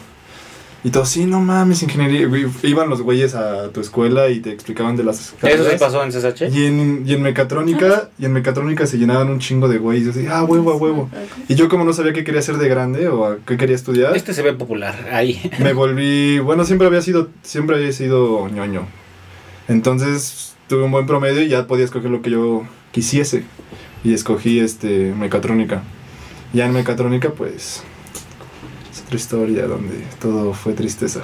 S2: Y todo, sí, no mames, ingeniería. güey". Iban los güeyes a tu escuela y te explicaban de las.
S1: Eso sí
S2: carreras.
S1: pasó en CSH.
S2: Y en, y en mecatrónica, y en mecatrónica se llenaban un chingo de güeyes. Yo decía, ah, huevo, a huevo. Y yo como no sabía qué quería hacer de grande o a qué quería estudiar,
S1: Este se ve popular, ahí.
S2: me volví, bueno, siempre había sido, siempre había sido ñoño. Entonces tuve un buen promedio y ya podía escoger lo que yo quisiese. Y escogí este mecatrónica. Ya en mecatrónica, pues, es otra historia donde todo fue tristeza.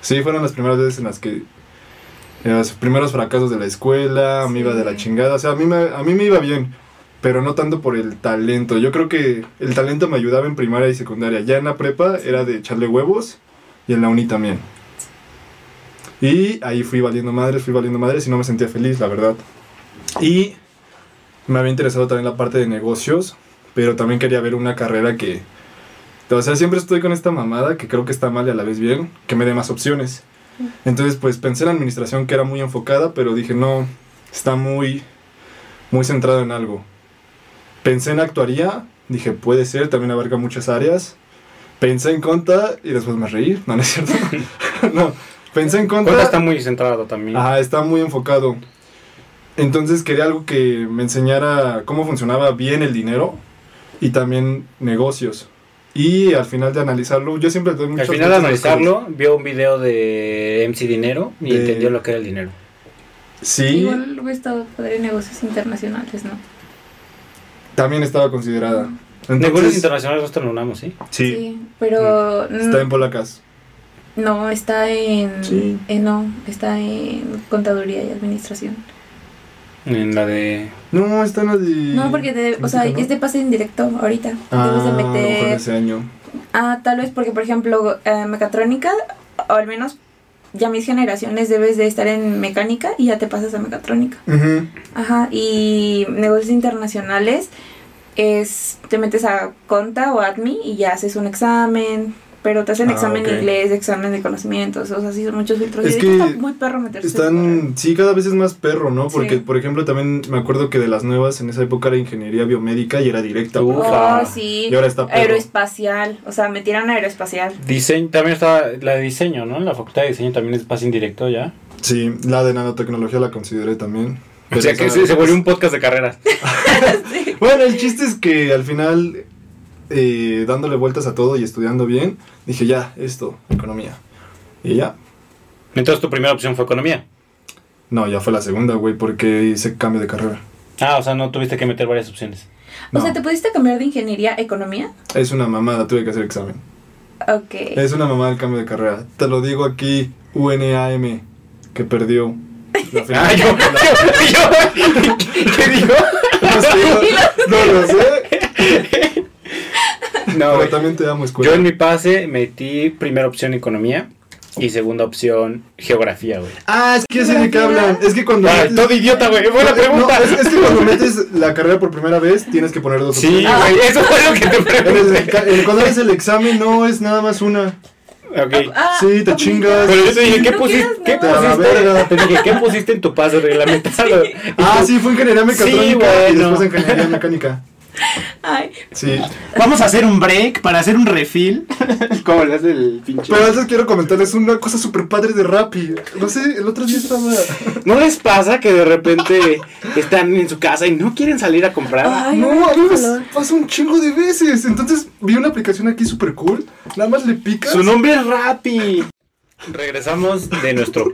S2: Sí, fueron las primeras veces en las que eh, los primeros fracasos de la escuela, me iba de la
S3: Sí.
S2: chingada, o sea, a mí, me, a mí me iba bien, pero no tanto por el talento. Yo creo que el talento me ayudaba en primaria y secundaria. Ya en la prepa era de echarle huevos y en la uni también. Y ahí fui valiendo madres, fui valiendo madres y no me sentía feliz, la verdad. Y me había interesado también la parte de negocios, pero también quería ver una carrera que... O sea, siempre estoy con esta mamada que creo que está mal y a la vez bien, que me dé más opciones. Entonces, pues pensé en la administración que era muy enfocada, pero dije, no, está muy, muy centrado en algo. Pensé en actuaría, dije, puede ser, también abarca muchas áreas. Pensé en conta y después me reí, no, no es cierto. no, pensé en conta.
S1: Conta está muy centrado también.
S2: Ajá, está muy enfocado. Entonces quería algo que me enseñara cómo funcionaba bien el dinero y también negocios. Y al final de analizarlo, yo siempre doy
S1: Al
S2: muchas
S1: final de
S2: vueltas a las
S1: analizarlo, vio un video de MC Dinero y
S2: De-
S1: entendió lo que era el dinero.
S2: cosas. Sí,
S3: Igual hubiera estado padre en negocios internacionales, ¿no?
S2: también estaba considerada.
S1: Negocios
S2: Entonces,
S1: internacionales nosotros lo unamos, ¿sí?
S2: sí, Mm.
S3: pero
S2: está en Polacas.
S3: no, está en,
S2: Sí.
S3: eh, no, está en contaduría y administración.
S1: En la de...
S2: No, está en la de...
S3: No, porque te- o sea,
S2: ¿Política, no?
S3: es de pase indirecto ahorita.
S2: Ah,
S3: Debes de
S2: a lo mejor
S3: meter
S2: ese año.
S3: Ah, tal vez porque, por ejemplo, eh, mecatrónica, o al menos ya mis generaciones debes de estar en mecánica y ya te pasas a mecatrónica.
S2: Ujú.
S3: Ajá, y negocios internacionales es, te metes a conta o admi y ya haces un examen, pero te hacen
S2: Ah,
S3: examen de
S2: ok.
S3: inglés, examen de conocimientos, o sea, sí son muchos filtros.
S2: Es
S3: y ahorita
S2: que
S3: está muy perro meterse.
S2: Están, sí, cada vez es más perro, ¿no? Porque,
S3: Sí.
S2: por ejemplo, también me acuerdo que de las nuevas en esa época era ingeniería biomédica y era directa.
S1: Uf. Ufa.
S3: Oh, sí.
S2: Y ahora está perro.
S3: Aeroespacial, o sea, metieron aeroespacial.
S1: Diseño, también está la de diseño, ¿no? La facultad de diseño también es pase indirecto ya.
S2: Sí, la de nanotecnología la consideré también.
S1: o sea
S2: Pero
S1: que
S2: esa-
S1: se, se volvió un podcast de carreras.
S2: Bueno, el chiste es que al final, eh, dándole vueltas a todo y estudiando bien, dije, ya, esto, economía. Y ya.
S1: Entonces tu primera opción fue economía.
S2: No, ya fue la segunda, güey, porque hice cambio de carrera.
S1: Ah, o sea, no tuviste que meter varias opciones.
S3: O
S2: No,
S3: sea, ¿te pudiste cambiar de ingeniería a economía?
S2: es una mamada, tuve que hacer examen.
S3: Ok.
S1: Eh.
S2: Es una mamada el cambio de carrera. Te lo digo aquí, UNAM, que perdió. La final.
S1: Ah, yo, yo, yo- ¿qué dijo?
S2: No sé, no, no lo sé.
S1: No,
S2: Pero
S1: güey.
S2: también te amo escuela.
S1: Yo en mi pase metí primera opción economía y segunda opción geografía, güey.
S2: Ah, es que ya sé de qué hablan. Es que cuando.
S1: Ah,
S2: metes-
S1: todo idiota, güey. Buena
S2: No,
S1: pregunta.
S2: no, es, es que cuando metes la carrera por primera vez, tienes que poner dos
S1: Sí, güey, eso fue lo que te
S2: En el-
S1: pregunté.
S2: en- cuando haces el examen, no es nada más una.
S1: Ok.
S3: Ah,
S2: Sí, te
S3: comida.
S2: chingas.
S1: Pero yo te dije, ¿qué
S3: No
S1: pusiste?
S3: quieras
S1: ¿Qué
S3: nada.
S2: A la
S1: pusiste?
S2: verga.
S1: Te dije, ¿qué pusiste en tu pase reglamentado?
S2: Ah, sí, fue ingeniería mecatrónica
S1: Sí,
S2: y
S1: bueno.
S2: después ingeniería mecánica.
S3: Ay,
S2: Sí.
S4: Vamos a hacer un break para hacer un refill. Como le hace el pinche.
S2: Pero antes quiero comentarles una cosa super padre de Rappi. No sé, el otro día estaba.
S1: ¿No les pasa que de repente están en su casa y no quieren salir a comprar?
S3: Ay,
S2: No, a
S3: qué
S2: mí me
S3: calor.
S2: pasa un chingo de veces. Entonces vi una aplicación aquí super cool. Nada más le picas.
S1: Su nombre es Rappi. Regresamos de nuestro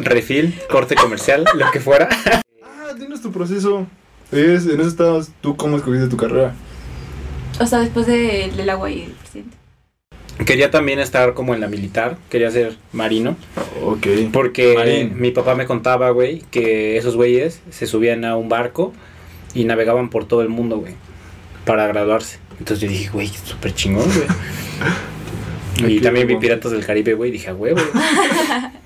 S1: refil, corte comercial, lo que fuera.
S2: Ah, dinos tu proceso. Es, en eso estabas tú, cómo escogiste tu carrera.
S3: O sea, después de- del agua y el presidente.
S1: Quería también estar como en la militar, quería ser marino,
S2: Ok.
S1: porque
S2: Marín.
S1: mi papá me contaba, güey, que esos güeyes se subían a un barco y navegaban por todo el mundo, güey, para graduarse. Entonces yo dije, güey, súper chingón, güey. Y
S2: Qué
S1: también vi
S2: huevo.
S1: Piratas del Caribe, güey, y dije, a huevo,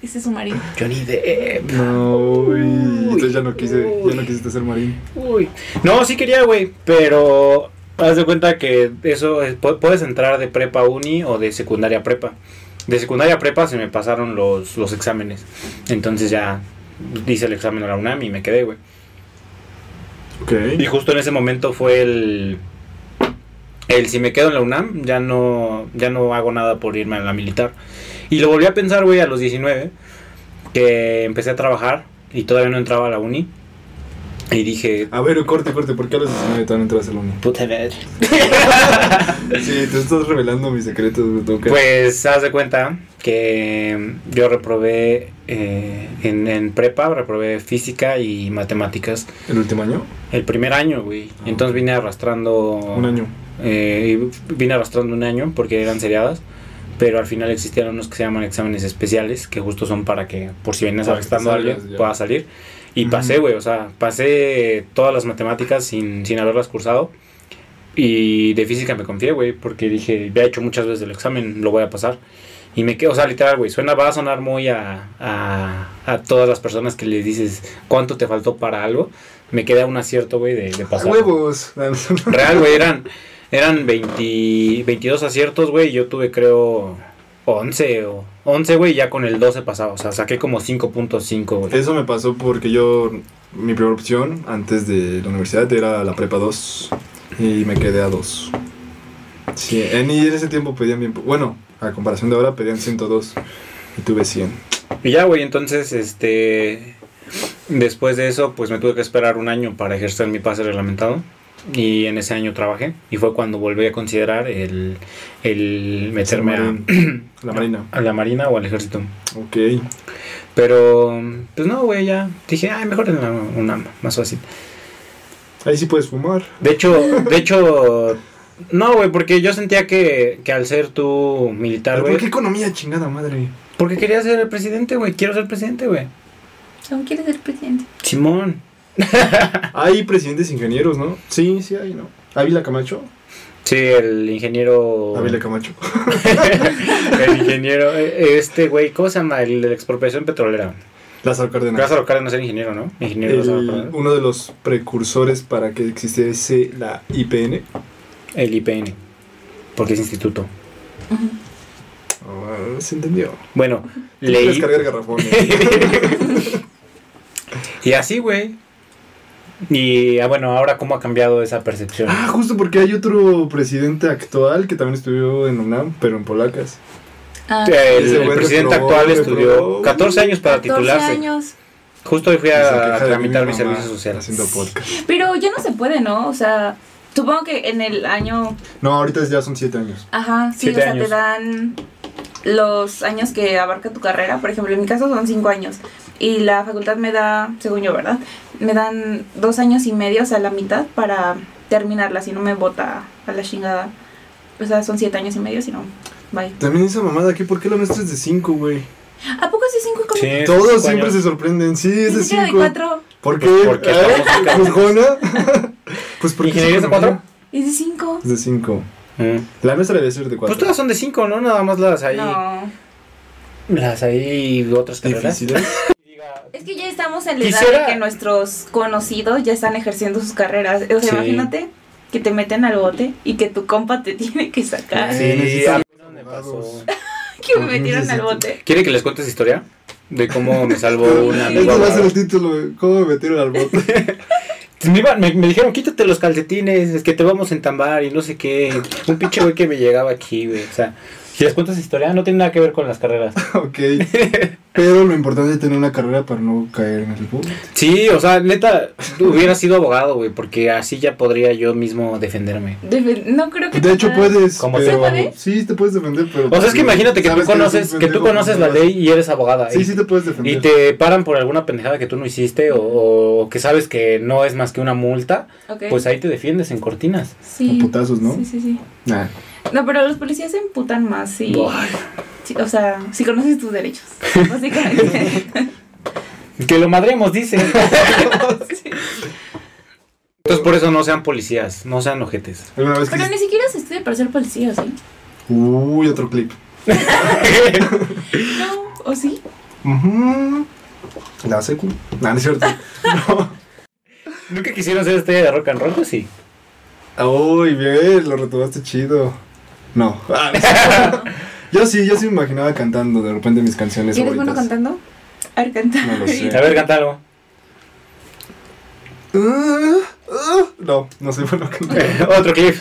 S3: Ese es su marido.
S1: Johnny Depp.
S2: No, uy. Entonces ya no quise,
S1: uy.
S2: ya no quisiste ser marín.
S1: Uy. No, sí quería, güey, pero haz de cuenta que eso es- pu- puedes entrar de prepa a uni o de secundaria a prepa. De secundaria a prepa se me pasaron los, los exámenes. Entonces ya hice el examen a la UNAM y me quedé, güey.
S2: Ok.
S1: Y justo en ese momento fue el el si me quedo en la UNAM, ya no ya no hago nada por irme a la militar. Y lo volví a pensar, güey, a los 19 que empecé a trabajar y todavía no entraba a la uni y dije,
S2: A ver, corte, corte, ¿por qué a los 19 te van a entrar a hacer uno?
S1: puta madre.
S2: Sí, tú estás revelando mis secretos, güey, tengo que-
S1: Pues haz de cuenta que mm, yo reprobé eh, en, en prepa, reprobé física y matemáticas
S2: ¿El último año?
S1: el primer año, güey.
S2: Ah,
S1: Entonces
S2: ok.
S1: vine arrastrando.
S2: Un año.
S1: eh, vine arrastrando un año porque eran seriadas. Pero al final existían unos que se llaman exámenes especiales, que justo son para que, por si vienes
S2: Para que
S1: arrastrando a
S2: salgas,
S1: alguien,
S2: ya.
S1: pueda salir. Y
S2: Ujú.
S1: pasé, güey, o sea, pasé todas las matemáticas sin, sin haberlas cursado. Y de física me confié, güey, porque dije, ya he hecho muchas veces el examen, lo voy a pasar. Y me quedo, o sea, literal, güey, suena, va a sonar muy a, a, a todas las personas que les dices cuánto te faltó para algo. Me quedé a un acierto, güey, de, de pasar.
S2: ¡Huevos! Ah,
S1: Real, güey, eran, eran 20 22 aciertos, güey, y yo tuve, creo, 11 o 11, güey, y ya con el 12 pasado. O sea, saqué como 5.5, güey.
S2: Eso me pasó porque yo, mi primera opción antes de la universidad era la prepa 2 y me quedé a 2. Sí, en, y en ese tiempo pedían bien, po- bueno, a comparación de ahora pedían 102 y tuve 100.
S1: Y ya, güey, entonces, este. Después de eso, pues me tuve que esperar un año para ejercer mi pase reglamentado. Y en ese año trabajé. Y fue cuando volví a considerar el, el meterme a,
S2: Marín- La marina.
S1: a la marina o al ejército.
S2: Ok.
S1: Pero, pues no, güey, ya. Dije, ay, mejor en la UNAM, más fácil.
S2: Ahí sí puedes fumar.
S1: De hecho, de hecho. No, güey, porque yo sentía que, que al ser tú militar,
S2: Pero
S1: güey.
S2: ¿Por qué economía chingada madre?
S1: Porque quería ser el presidente, güey. Quiero ser presidente, güey.
S3: ¿Aún quieres ser presidente?
S1: Simón.
S2: Hay presidentes ingenieros, ¿no? Sí, sí hay, ¿no? Ávila Camacho.
S1: Sí, el ingeniero.
S2: Ávila Camacho.
S1: el ingeniero. eh, Este, güey, ¿cómo se llama? El de la expropiación petrolera.
S2: Lázaro Cárdenas.
S1: Gracias a Cárdenas era ingeniero, ¿no? Ingeniero
S2: El-
S1: Lázaro Cárdenas.
S2: uno de los precursores para que existiese la IPN.
S1: El IPN. Porque es instituto.
S2: Ah, se entendió.
S1: Bueno,
S2: Leí.
S1: leí.
S2: garrafones.
S1: ¿eh? y así, güey. Y ah, bueno, ahora cómo ha cambiado esa percepción.
S2: ah, justo porque hay otro presidente actual que también estudió en UNAM, pero en polacas.
S3: Ah,
S1: El,
S2: Ese
S1: el
S2: güey
S1: presidente
S2: reprobó,
S1: actual
S2: reprobó.
S1: estudió 14 años para
S3: 14
S1: titularse.
S3: años.
S1: Justo hoy fui
S2: Y se
S1: a,
S2: queja de mí
S1: tramitar mi
S2: mamá
S1: servicio social.
S2: Haciendo podcast.
S3: Pero ya no se puede, ¿no? O sea, supongo que en el año.
S2: No, ahorita ya son siete años.
S3: Ajá, sí, o
S1: Siete
S3: sea,
S1: años.
S3: te dan los años que abarca tu carrera. Por ejemplo, en mi caso son cinco años. Y la facultad me da, según yo, ¿verdad? Me dan dos años y medio, o sea, la mitad para terminarla. Si no me bota a la chingada. O sea, son siete años y medio, si no. Bye.
S2: También esa mamada aquí, ¿por qué la maestra es de cinco, güey?
S3: ¿A poco sí cinco? ¿Cómo?
S1: Sí, es cinco
S2: Todos siempre
S1: años.
S2: se sorprenden. Sí, es de
S3: Ni siquiera de
S2: cinco.
S3: cuatro.
S2: ¿Por qué?
S1: Pues porque
S2: ¿Eh?
S1: estamos en
S2: ¿Juzgona? pues porque
S1: ¿Ingeniería es de
S2: economía.
S3: Es de cinco.
S2: Es de cinco.
S1: Mm.
S2: La nuestra debe ser de cuatro.
S1: Pues todas son de 5, ¿no? Nada más las ahí.
S3: No.
S1: Las ahí otras carreras.
S2: difíciles.
S3: Es que ya estamos en la edad
S1: Quisiera-
S3: de que nuestros conocidos ya están ejerciendo sus carreras. O sea,
S1: Sí.
S3: imagínate que te meten al bote y que tu compa te tiene que sacar.
S2: Sí,
S1: a
S2: necesitamos
S1: mí no me pasó.
S3: Que me metieron
S2: Sí, sí,
S3: al
S2: sí.
S3: bote.
S1: ¿Quiere que les cuente esa historia? De cómo me salvó un amigo.
S2: Este va a ser el título, güey. ¿Cómo me metieron al bote?
S1: Me, iban- me- me dijeron, quítate los calcetines, es que te vamos a entambar y no sé qué. Un pinche güey que me llegaba aquí, güey. O sea, si les cuento esa historia, no tiene nada que ver con las carreras.
S2: ok. Pero lo importante es tener una carrera para no caer en el bote.
S1: Sí, o sea, neta, hubiera sido abogado, güey, porque así ya podría yo mismo defenderme.
S3: Defe- No creo que.
S2: De
S3: te
S2: hecho,
S3: puedan-
S2: puedes.
S1: ¿Cómo
S2: pero-
S1: se
S3: puede?
S2: Sí, te puedes defender, pero.
S1: O sea, es que imagínate que tú
S2: sabes eres
S1: conoces,
S2: un
S1: que tú
S2: pendejo,
S1: conoces
S2: no
S1: la
S2: vas-
S1: ley y eres abogada.
S2: Sí,
S1: y-
S2: sí, te puedes
S1: Y
S2: defender.
S1: te paran por alguna pendejada que tú no hiciste o, o que sabes que no es más que una multa,
S3: Ok.
S1: pues ahí te defiendes en cortinas.
S3: sí.
S2: A putazos, ¿no?
S3: Sí, sí, sí.
S2: Nah.
S3: No, pero los policías se emputan más. Sí. Sí, o sea, si conoces tus derechos. Básicamente.
S1: Que lo madremos, dice.
S3: Sí.
S1: Entonces por eso no sean policías, no sean ojetes.
S2: ¿Alguna vez que
S3: Pero ni siquiera se estudia para ser policía, ¿o ¿sí?
S2: Uy, otro clip.
S3: No, ¿o sí?
S2: Ujú. La secu. Nah, no es cierto.
S1: Nunca quisieron ser estrella de rock and roll, pues sí.
S2: Uy, bien, lo retomaste chido. No. Ah, no sé. yo sí, yo sí me imaginaba cantando de repente mis canciones.
S3: ¿Eres bueno
S2: favoritas.
S3: cantando? A ver, canta.
S2: No lo sé.
S1: A ver, cántalo.
S2: Ah, ah, No, no soy bueno cantando.
S1: Otro clip.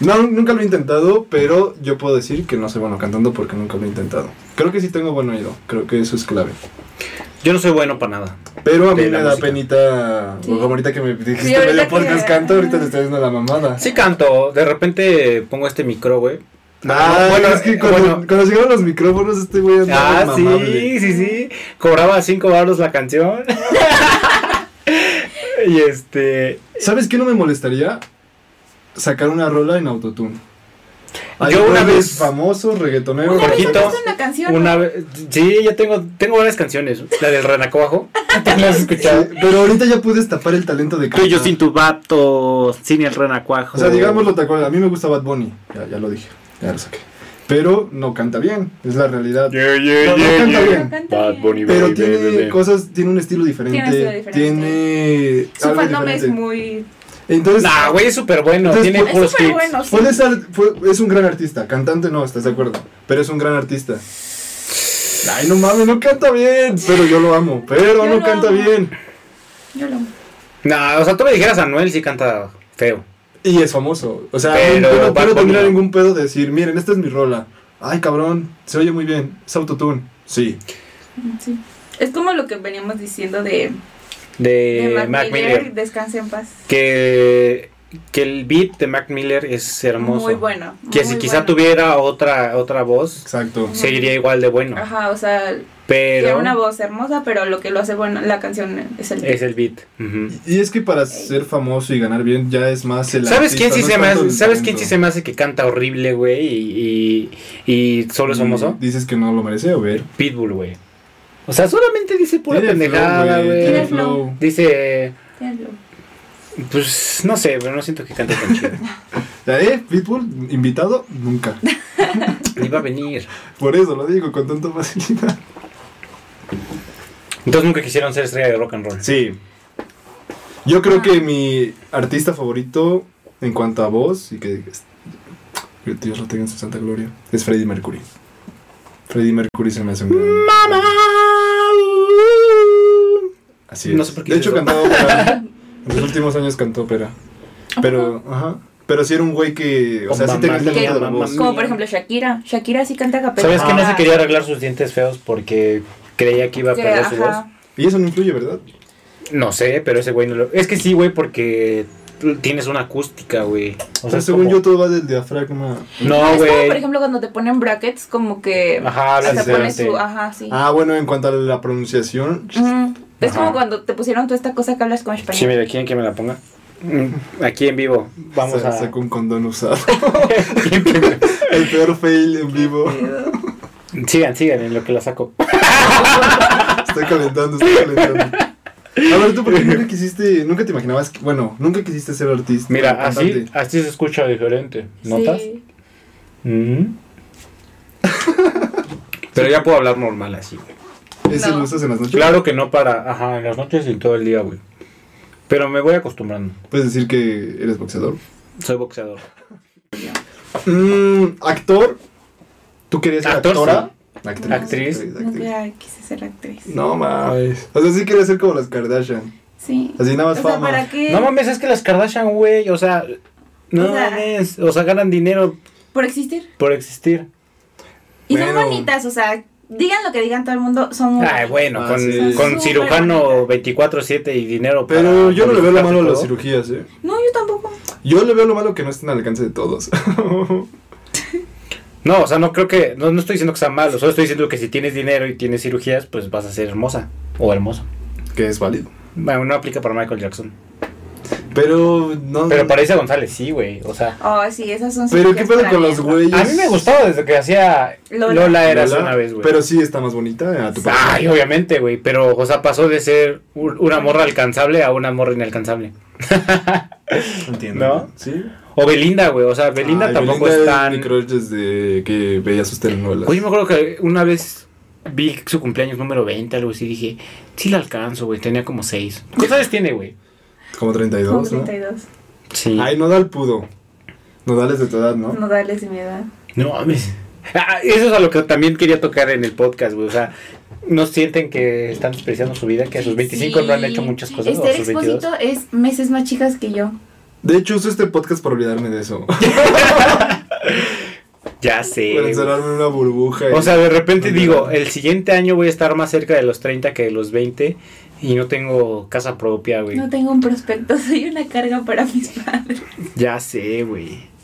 S2: No, nunca lo he intentado, pero yo puedo decir que no soy bueno cantando porque nunca lo he intentado. Creo que sí tengo buen oído, creo que eso es clave.
S1: Yo no soy bueno para nada.
S2: Pero a mí
S1: De
S2: me
S1: la
S2: da
S1: música.
S2: penita,
S3: Sí.
S2: como ahorita que me dijiste
S3: Sí, ahorita
S2: medio
S3: que-
S2: podcast canto, ahorita le estoy dando la mamada.
S1: Sí canto, de repente pongo este micro, güey.
S2: Ah,
S1: Bueno,
S2: es que
S1: eh,
S2: cuando,
S1: bueno.
S2: cuando llegaron los micrófonos este güey andaba
S1: Ah, sí, sí, sí. Cobraba cinco baros la canción. y este,
S2: ¿Sabes qué no me molestaría? Sacar una rola en autotune. Hay
S1: Yo una
S2: güeyes
S1: vez-
S2: famosos reggaetoneros.
S3: Una vez
S1: Jorgito.
S3: cantaste una canción. ¿no?
S1: Una vez, sí, ya tengo, tengo varias canciones. La del Renacuajo, ¿te la has
S2: Sí,
S1: escuchado?
S2: pero ahorita ya puedes tapar el talento de
S1: Tú y yo
S2: cantar.
S1: sin tu vato, sin el Renacuajo.
S2: O sea, digámoslo tal cual, a mí me gusta Bad Bunny, ya, ya lo dije, ya lo saqué. Pero no canta bien, es la realidad.
S1: Yeah,
S2: No,
S1: yeah,
S2: no
S1: yeah,
S2: canta
S1: yeah.
S2: bien.
S3: canta bien.
S2: Pero
S1: baby,
S2: tiene
S1: baby.
S2: cosas, tiene un estilo
S3: Tiene un estilo
S2: diferente,
S3: diferente.
S2: tiene
S3: Su
S2: algo
S3: fandom es
S2: diferente.
S3: muy
S2: Entonces,
S1: Nah, güey, es súper bueno.
S2: Entonces,
S1: Tiene
S2: pues,
S1: puros
S3: Es súper
S1: hits.
S3: bueno, sí.
S2: puede ser, fue- es un gran artista. Cantante no, estás de acuerdo. Pero es un gran artista. Ay, no mames, no canta bien. Pero yo lo amo. Pero
S3: Yo
S2: no
S3: lo
S2: canta
S3: amo.
S2: bien.
S3: Yo lo amo.
S1: Nah, o sea, tú me dijeras a Noel si canta feo.
S2: Y es famoso. O sea,
S1: Pero
S2: no- no,
S1: Bad
S2: no tendría
S1: Bunny no.
S2: ningún pedo de decir, miren, esta es mi rola. Ay, cabrón, se oye muy bien. Es autotune. Sí.
S3: mm, Sí. Es como lo que veníamos diciendo de,
S1: De,
S3: de Mac, Miller,
S1: Eh, Miller.
S3: Descanse en paz.
S1: que, que el beat de Mac Miller es hermoso.
S3: Muy bueno.
S1: Que
S3: muy
S1: si quizá
S3: bueno.
S1: tuviera otra otra voz,
S2: Exacto.
S3: Ujú.
S1: seguiría igual de bueno.
S3: Ajá, o sea, tiene
S1: Pero
S3: una voz hermosa, pero lo que lo hace bueno la canción es el
S1: es el beat. Ujú.
S2: Y es que para ser famoso y ganar bien ya es más el
S1: ¿Sabes
S2: artista,
S1: quién sí
S2: no
S1: se
S2: es
S1: me
S2: tanto
S1: hace,
S2: el
S1: ¿Sabes quién sí se
S2: talento.
S1: me hace que canta horrible, güey? Y, y, y solo es famoso?
S2: Mm, Dices que no lo merece, o ver.
S1: Pitbull, güey. O sea, solamente dice pura
S2: Tiene
S1: pendejada,
S2: flow, Tiene
S1: güey.
S3: Tiene flow.
S2: flow.
S1: Dice,
S3: Tenlo.
S1: pues no sé, pero no siento que cante tan chido.
S2: ¿Ya eh? Pitbull, invitado, nunca.
S1: Ni va a venir.
S2: Por eso lo digo con tanta facilidad.
S1: Entonces nunca quisieron ser estrella de rock and roll.
S2: Sí. Yo creo que mi artista favorito en cuanto a voz y que, que Dios lo tenga en su santa gloria es Freddie Mercury. Freddie Mercury se me hace un gran. Así es.
S1: No sé por qué
S2: de
S1: hice
S2: hecho
S1: eso.
S2: cantaba ópera. En los últimos años cantó ópera. Pero, ajá. Pero sí era un güey que, o sea, sí tenía el
S1: Mamma
S2: talento de la
S1: mia,
S2: voz.
S1: mamma
S3: Como
S1: Mía.
S3: por ejemplo Shakira. Shakira sí canta a capela.
S1: ¿Sabes que no se
S3: Ajá.
S1: quería arreglar sus dientes feos porque creía que iba a
S3: Que,
S1: perder su voz?
S3: ajá.
S2: Y eso no influye, ¿verdad?
S1: No sé, pero ese güey no lo... Es que sí, güey, porque tú tienes una acústica, güey.
S2: O
S1: O
S2: sea,
S1: es
S2: según
S1: como-
S2: yo todo va del diafragma.
S1: No,
S3: es como, por
S1: güey.
S3: ejemplo, cuando te ponen brackets, como que
S1: Ajá, hablas
S3: hasta
S2: sí,
S1: diferente.
S3: pones su. Ajá, sí.
S2: Ah, bueno, en cuanto a la pronunciación,
S3: Mm, Es
S1: Ajá.
S3: como cuando te pusieron toda esta cosa que hablas con español.
S1: Sí, mira, ¿quieren que me la ponga? Mm, Aquí en vivo. Vamos
S2: se
S1: a...
S2: sacó un condón usado. El peor fail en vivo.
S1: sigan, sigan en lo que la saco.
S2: Estoy calentando, estoy calentando. A ver, tú, ¿por qué nunca quisiste, nunca te imaginabas, que- bueno, nunca quisiste ser artista?
S1: Mira,
S2: cantante?
S1: así, así se escucha diferente. ¿Notas?
S3: Sí.
S1: Mm. Pero ya puedo hablar normal así, güey.
S2: ¿Eso
S3: No.
S2: lo usas en las noches?
S1: Claro que no para, ajá, en las noches y todo el día, güey. Pero me voy acostumbrando.
S2: Puedes decir que eres boxeador.
S1: Soy boxeador.
S2: Mm, actor, ¿tú querías ser
S1: Actor,
S2: actora?
S1: Actriz.
S2: actriz.
S3: Nunca quise ser actriz.
S2: No mames. O sea, sí querías ser como las Kardashian.
S3: Sí.
S2: Así nada
S3: O
S2: más
S3: sea,
S2: fama.
S3: ¿para qué?
S1: No mames, es que las Kardashian, güey, o sea, no
S3: O sea-
S1: mames, o sea, ganan dinero
S3: Por existir.
S1: por existir.
S3: Y
S2: Bueno.
S3: son bonitas, o sea, digan lo que digan todo el mundo, son muy
S1: Ay, bueno,
S2: Ah,
S1: con,
S2: sí.
S1: con
S3: Súper
S1: cirujano
S3: bonita.
S1: 24-7 y dinero
S2: Pero
S1: para
S2: yo no le veo
S1: modificarse
S2: lo malo a las
S1: todo.
S2: cirugías, ¿eh?
S3: No, yo tampoco.
S2: Yo le veo lo malo que no estén al alcance de todos.
S1: No, o sea, no creo que, no, no estoy diciendo que sea malo, solo estoy diciendo que si tienes dinero y tienes cirugías, pues vas a ser hermosa o hermoso.
S2: que es válido.
S1: Bueno, no aplica para Michael Jackson.
S2: Pero no.
S1: Pero para Isa González sí, güey, o sea.
S3: Oh, sí, esas son
S2: Pero qué
S3: cirugías
S2: pedo
S3: para
S2: con los
S3: mierda.
S2: güeyes.
S1: A mí me gustaba desde que hacía Lola,
S3: Lola.
S1: Eras
S2: Lola,
S1: una vez, güey.
S2: Pero sí está más bonita eh, a tu parecer.
S1: Ay, obviamente, güey, pero, o sea, pasó de ser un- una morra alcanzable a una morra inalcanzable.
S2: Entiendo.
S1: ¿No?
S2: Sí.
S1: O Belinda, güey. O sea, Belinda
S2: Ay,
S1: tampoco
S2: Belinda
S1: es tan.
S2: mi crush desde que veía sus telenovelas.
S1: Oye, me acuerdo que una vez vi su cumpleaños número 20, algo así. Dije, sí la alcanzo, güey. Tenía como 6. ¿Cuántos años tiene, güey?
S2: Como
S3: Como
S2: 32,
S3: 32.
S1: Sí.
S2: ¿no? Ay, Nodal pudo. Nodal es de tu edad, ¿no?
S3: No darles mi edad.
S1: No mames. Ah, eso es a lo que también quería tocar en el podcast, güey. O sea, ¿no sienten que están despreciando su vida? Que a sus 25 no han
S3: Sí.
S1: hecho muchas cosas. o a
S3: Esther
S1: sus 22.
S3: Exposito es meses más chicas que yo.
S2: De hecho, uso este podcast para olvidarme de eso.
S1: Ya sé.
S2: para
S1: güey.
S2: encerrarme en una burbuja. y-
S1: O sea, de repente
S2: No,
S1: digo, eh,
S2: no.
S1: el siguiente año voy a estar más cerca de los 30 que de los 20 y no tengo casa propia, güey.
S3: No tengo un prospecto, soy una carga para mis padres.
S1: Ya sé, güey.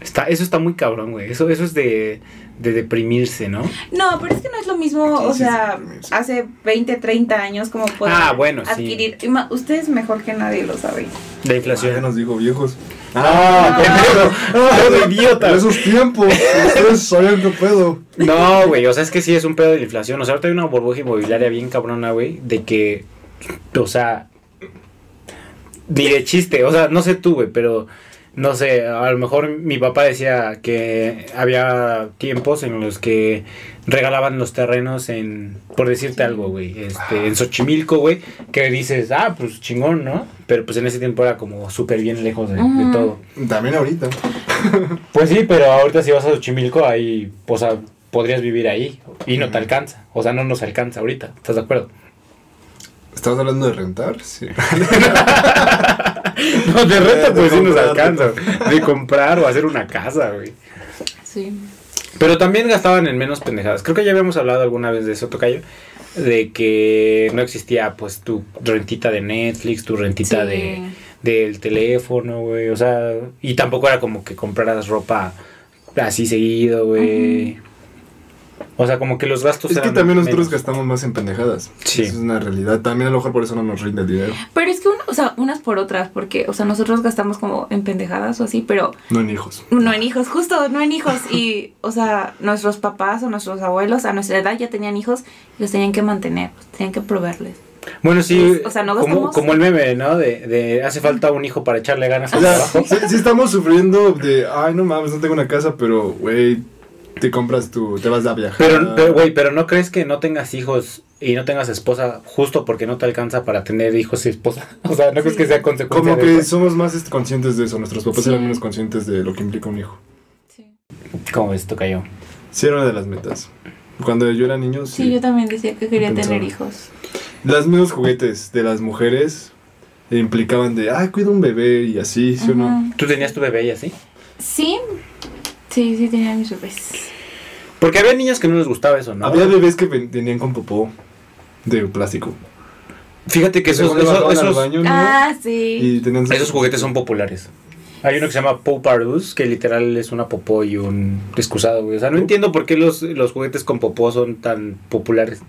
S1: Está, eso está muy cabrón, güey. Eso, eso es de, de deprimirse, ¿no?
S3: No, pero es que no es lo mismo,
S2: Sí,
S3: o
S2: sí,
S3: sea,
S2: sí, sí, sí.
S3: hace 20, 30 años como poder
S1: Ah, bueno, sí.
S3: adquirir. y ma- Ustedes mejor que nadie lo saben.
S1: La
S2: Ah, ya
S1: inflación.
S2: nos dijo viejos.
S1: Ah,
S3: qué
S1: pedo. Todo idiota.
S2: En esos tiempos, ustedes sabían qué pedo.
S1: No, güey. O sea, es que sí es un pedo de la inflación. O sea, ahorita hay una burbuja inmobiliaria bien cabrona, güey. De que, o sea, ni de chiste. O sea, no sé tú, güey, pero no sé, a lo mejor mi papá decía que había tiempos en los que regalaban los terrenos en, por decirte algo, güey, este, en Xochimilco, güey, que dices, ah, pues chingón, ¿no? Pero pues en ese tiempo era como súper bien lejos de, de
S3: Ujú.
S1: todo.
S2: También ahorita.
S1: Pues sí, pero ahorita si vas a Xochimilco, ahí, o sea, podrías vivir ahí y no te
S2: Ujú.
S1: alcanza, o sea, no nos alcanza ahorita, ¿estás de acuerdo?
S2: ¿Estás hablando de rentar? Sí.
S1: No, de renta
S2: De
S1: pues sí nos
S2: comprar,
S1: alcanza, de comprar o hacer una casa, güey.
S3: Sí.
S1: Pero también gastaban en menos pendejadas. Creo que ya habíamos hablado alguna vez de eso, Tocayo. De que no existía, pues, tu rentita de Netflix, tu rentita
S3: Sí.
S1: de del teléfono, güey. O sea, y tampoco era como que compraras ropa así seguido, güey. O sea, como que los gastos
S2: Es que
S1: eran
S2: también nosotros
S1: menos.
S2: gastamos más en pendejadas.
S1: Sí.
S2: Eso es una realidad. También a lo mejor por eso no nos rinde el dinero.
S3: Pero es que uno, o sea, unas por otras, porque, o sea, nosotros gastamos como en pendejadas o así, pero
S2: No en hijos.
S3: no en hijos, justo, no en hijos. Y, o sea, nuestros papás o nuestros abuelos a nuestra edad ya tenían hijos y los tenían que mantener, los tenían que proveerles.
S1: Bueno, sí,
S3: Pues, o sea, no
S1: como,
S3: gastamos-
S1: como el meme, ¿no? De, de hace falta un hijo para echarle ganas
S2: O
S1: al
S2: sea,
S1: trabajo.
S2: sí, sí estamos sufriendo de, ay, no mames, no tengo una casa, pero, güey, te compras tu, te vas a viajar.
S1: Pero, pero, güey, pero no crees que no tengas hijos y no tengas esposa justo porque no te alcanza para tener hijos y esposa. O sea, no crees que sea consecuencia.
S2: Como
S1: de-
S2: que somos más este, conscientes de eso. Nuestros papás
S3: Sí.
S2: eran menos conscientes de lo que implica un hijo.
S3: Sí.
S1: ¿Cómo ves, Tocayo?
S2: Sí, era una de las metas. Cuando yo era niño, sí.
S3: yo también decía que quería
S2: Pensaba.
S3: tener hijos.
S2: Las mismos juguetes de las mujeres implicaban de, ay, cuida un bebé y así, ¿sí o no?
S3: Ajá.
S1: ¿Tú tenías tu bebé y así?
S3: Sí, sí, sí tenía mis bebés.
S1: Porque había niñas que no les gustaba eso, ¿no?
S2: Había bebés que ven- venían con popó de plástico.
S1: Fíjate que esos,
S2: Luego lo
S1: esos-
S2: bajaban al
S1: esos-
S2: baño, ¿no?
S3: Ah, sí.
S2: Y tenían
S1: esos juguetes son populares. Hay uno que se llama Poparus, que literal es una popó y un excusado, güey. O sea, no entiendo por qué los, los juguetes con popó son tan populares.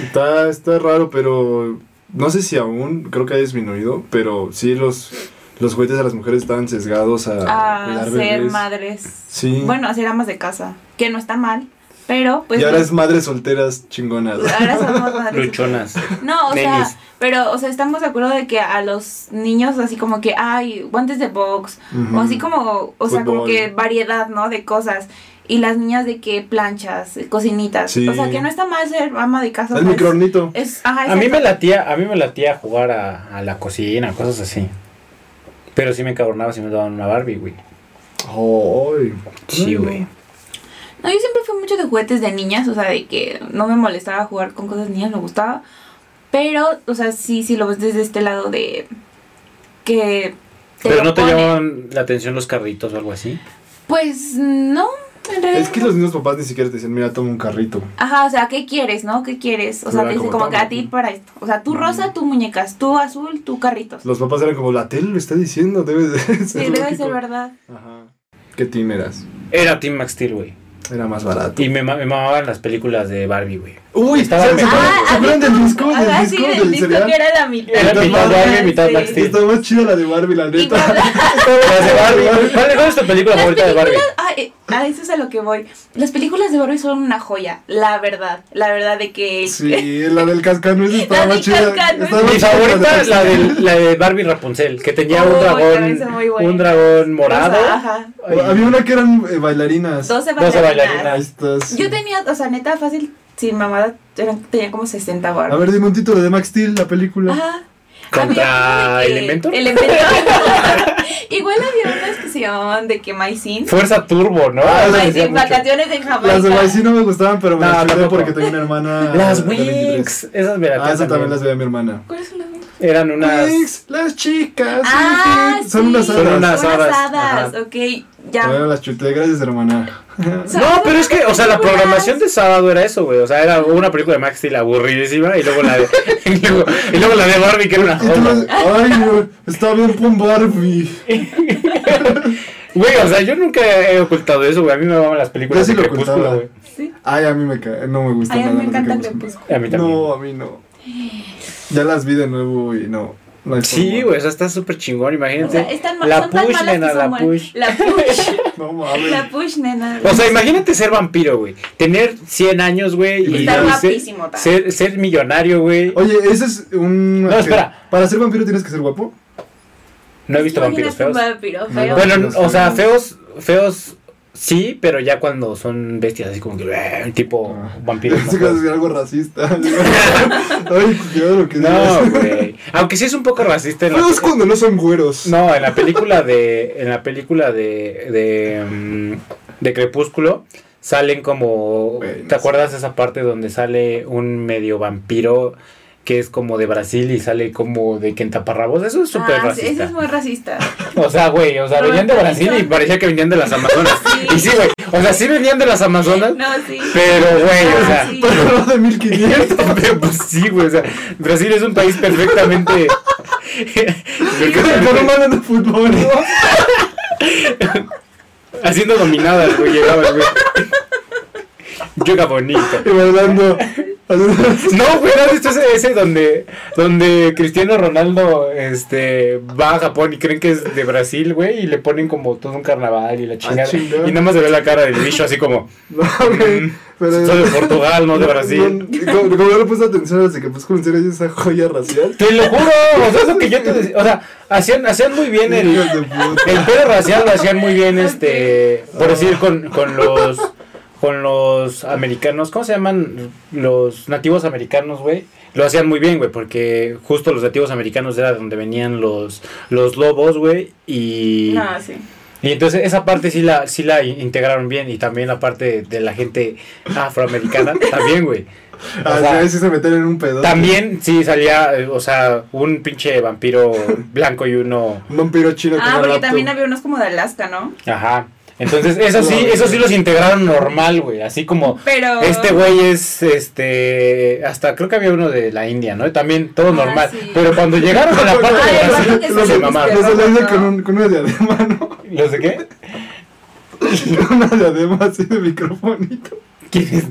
S2: Está, está raro, pero no sé si aún, creo que ha disminuido, pero sí los, los juguetes a las mujeres estaban sesgados a
S3: A
S2: cuidar
S3: ser
S2: bebés.
S3: madres.
S2: Sí.
S3: Bueno, a ser amas de casa. Que no está mal, pero pues.
S2: y ahora
S3: no.
S2: es madres solteras chingonas.
S3: Ahora somos madres.
S1: Luchonas.
S3: No, o
S1: Nenis.
S3: sea, pero, o sea, estamos de acuerdo de que a los niños así como que, ay, guantes de box,
S2: Ujú.
S3: o así como, o sea, como
S2: Fútbol.
S3: que variedad, ¿no? De cosas. Y las niñas de que planchas, eh, cocinitas.
S2: Sí.
S3: O sea, que no está mal ser ama de casa.
S2: El
S3: pues,
S2: microornito.
S3: es, ajá,
S1: A mí
S3: exacto.
S1: me latía, a mí me latía jugar a, a la cocina, cosas así. Pero sí me encabronaba si me daban una Barbie, güey.
S2: Ay.
S1: Sí, güey.
S3: No, yo siempre fui mucho de juguetes de niñas, o sea, de que no me molestaba jugar con cosas de niñas, me gustaba. Pero, o sea, sí, sí lo ves desde este lado de que... te
S1: Pero
S3: lo
S1: no te
S3: ponen.
S1: llamaban la atención los carritos o algo así.
S3: Pues no, en realidad.
S2: Es que
S3: no.
S2: los mismos papás ni siquiera te dicen, mira, toma un carrito.
S3: Ajá, o sea, ¿qué quieres, no? ¿Qué quieres? O sea,
S2: Era
S3: te dice
S2: como
S3: como que a
S2: todo.
S3: ti para esto. O sea, tú rosa, tú muñecas, tú azul, tú carritos.
S2: Los papás eran como, la tele lo está diciendo, debe de ser.
S3: Sí, debe
S2: lógico".
S3: ser verdad.
S2: Ajá. ¿Qué team eras?
S1: Era Team Max Steel, güey.
S2: Era más barato.
S1: Y me, ma- me mamaban las películas de Barbie, güey.
S2: Uy,
S1: Estaba
S2: ¿se- se
S1: mejor.
S2: acuerdan-
S1: Ah,
S2: ¿Se acuerdan del disco?
S3: Ajá,
S2: Del
S3: sí,
S2: disco
S3: el
S2: del
S3: disco
S2: cereal.
S3: que era la mitad.
S1: Era
S2: mitad
S1: Barbie, mitad Max Steel.
S2: Está más chida la de Barbie, la
S3: Y
S2: neta.
S3: cuando-
S1: Las de Barbie. ¿Cuál cuál es tu película
S3: Las
S1: favorita de Barbie?
S3: Ah, eh, a eso es a lo que voy. Las películas de Barbie son una joya, la verdad. La verdad de que...
S2: Sí, la del cascanueces
S3: La
S2: estaba
S3: del
S2: más chida.
S3: cascanueces.
S2: estaba más
S1: Mi
S2: chida
S1: favorita
S2: del
S1: es la de, la de Barbie Rapunzel, que tenía
S3: Oh,
S1: un
S3: también son muy
S1: dragón,
S3: buenas.
S1: un dragón morado.
S3: Rosa, ajá.
S1: Ay,
S2: Había una que eran eh, bailarinas.
S1: Doce
S3: 12 bailarinas.
S1: bailarinas.
S2: Ahí estás.
S3: Yo tenía, o sea, neta, fácil, sin mamada, eran- tenía como 60 Barbie.
S2: A ver, dime un título de Max Steel, la película.
S3: Ajá.
S1: Contra
S3: Había uno de que-
S1: Elementor.
S3: Elementor. Igual había unas que se llamaban de que My Sin.
S1: Fuerza Turbo, ¿no?
S2: Ah,
S1: Eso
S2: las
S1: me
S2: de
S3: My
S1: decía
S3: Sin,
S1: mucho.
S3: vacaciones en Jamaica.
S2: Las de Baisí no me gustaban, pero me
S1: No,
S2: las chuté
S1: tampoco.
S2: porque tenía una hermana.
S1: Las
S2: de 23.
S1: Wings. Esas me
S2: Ah,
S1: latían
S2: esas también
S1: también.
S2: las veía mi hermana.
S3: ¿Cuáles son las otras?
S1: Eran unas...
S2: Wings, las chicas.
S3: Ah,
S2: sí, sí. Son unas
S3: sí.
S1: Son unas-
S2: hadas.
S1: hadas,
S3: Unas hadas,
S1: ajá.
S3: ok, ya.
S2: Todavía las chuté, gracias hermana.
S1: No, pero es que, o sea, la programación de sábado era eso, güey. O sea, era una película de Max Steel aburridísima y luego la de, y luego, y luego la de Barbie, que era una joda.
S2: Títulos- Ay, no, está bien pon Barbie.
S1: Güey, o sea, yo nunca he ocultado eso, güey. A mí me maman las películas
S2: Yo sí
S1: de
S2: lo
S1: Crepúsculo,
S2: ocultaba.
S1: güey.
S3: Sí.
S2: Ay, a mí me cae, no me gusta
S3: Ay, a
S2: nada.
S3: mí me
S2: no sé
S3: encanta
S2: qué me gusta.
S3: Crepúsculo.
S1: A mí también.
S2: No, a mí no. Ya las vi de nuevo y no. no hay
S1: Sí,
S2: forma.
S1: güey, o sea, está súper chingón,
S3: O
S1: imagínate.
S3: sea, están ma-
S1: la
S3: son tan
S1: push,
S3: malas
S1: nena,
S3: que
S1: la
S3: son buenas.
S1: push.
S3: La push.
S2: No mames.
S3: La push, nena.
S1: O sea, imagínate ser vampiro, güey. Tener 100 años, güey.
S2: Y
S1: Y,
S2: estar
S1: ser,
S3: guapísimo también.
S1: ser, ser millonario, güey.
S2: Oye, ese es un.
S1: No, espera.
S2: Para ser vampiro tienes que ser guapo.
S1: No he visto vampiros
S3: Imagínate un
S1: feos.
S3: vampiro feo.
S2: Bueno,
S1: Bueno,
S2: Vampiros
S1: o sea,
S2: feos.
S1: feos, feos sí, pero ya cuando son bestias así como que "Bah", tipo
S2: Ah.
S1: vampiros.
S2: Es
S1: más feos.
S2: algo racista. Ay, cuidado lo que
S1: No,
S2: digas.
S1: güey. Aunque sí es un poco racista en la
S2: Feos cuando no son güeros.
S1: No, en la película de. En la película de. de. mm, de Crepúsculo. Salen como.
S2: Güey, no
S1: ¿Te
S2: sé.
S1: acuerdas de esa parte donde sale un medio vampiro que es como de Brasil y sale como de Quentaparrabos? Eso es súper
S3: Ah, sí,
S1: racista.
S3: Ese es muy racista.
S1: O sea, güey, o sea,
S3: No,
S1: venían de
S3: no,
S1: Brasil
S3: no.
S1: y parecía que venían de las Amazonas.
S3: Sí.
S1: Y sí, güey. O sea, sí venían de las Amazonas,
S3: No, sí.
S1: pero, güey, o
S3: Ah,
S1: sea.
S3: sí.
S2: Pero no de 1500.
S1: Pero, pues, sí, güey, o sea, Brasil es un país perfectamente.
S2: Pero no hablan de fútbol.
S1: Haciendo dominadas, güey, llegaba, güey. Yoga bonito.
S2: Y bailando.
S1: No, güey, ¿no has visto ese, ese donde, donde Cristiano Ronaldo este, va a Japón y creen que es de Brasil, güey, y le ponen como todo un carnaval
S3: Ah,
S1: y la chingada.
S2: chingada.
S1: y nada más se ve la cara del bicho así como,
S2: No, güey. Pero.
S1: Mm. soy de Portugal, no de Brasil.
S2: No, como, como no le puse atención a ese que pues en serio es esa joya racial.
S1: Te lo juro, o sea, es lo que yo te decía. O sea, hacían, hacían muy bien el,
S2: Hijos de puta.
S1: El pedo racial lo hacían muy bien, este, por decir, con, con los con los americanos, ¿cómo se llaman? Los nativos americanos, güey. Lo hacían muy bien, güey, porque justo los nativos americanos era donde venían los, los lobos, güey, y,
S3: No, sí.
S1: y entonces esa parte sí la, sí la in- integraron bien, y también la parte de la gente afroamericana, también, güey. O
S2: Ah,
S1: sea,
S2: sí, sí se meten en un pedo.
S1: también sí salía, eh, o sea, un pinche vampiro blanco y uno
S2: Un vampiro chino con
S3: Ah,
S2: una
S3: porque
S2: laptop.
S3: también había unos como de Alaska, ¿no?
S1: Ajá. Entonces, eso sí, eso sí los integraron normal, güey. Así como
S3: Pero.
S1: este güey es este hasta creo que había uno de la India, ¿no? También todo
S3: Ah,
S1: normal.
S3: sí.
S1: Pero cuando llegaron a la parte
S3: Ay,
S1: de
S3: el vato
S1: Brasil,
S3: que se
S1: los de
S3: viste
S1: mamá.
S2: Los de la isla con, un, con una diadema, ¿no?
S1: ¿Los de qué?
S2: Una diadema así de microfonito.
S1: ¿Quién es?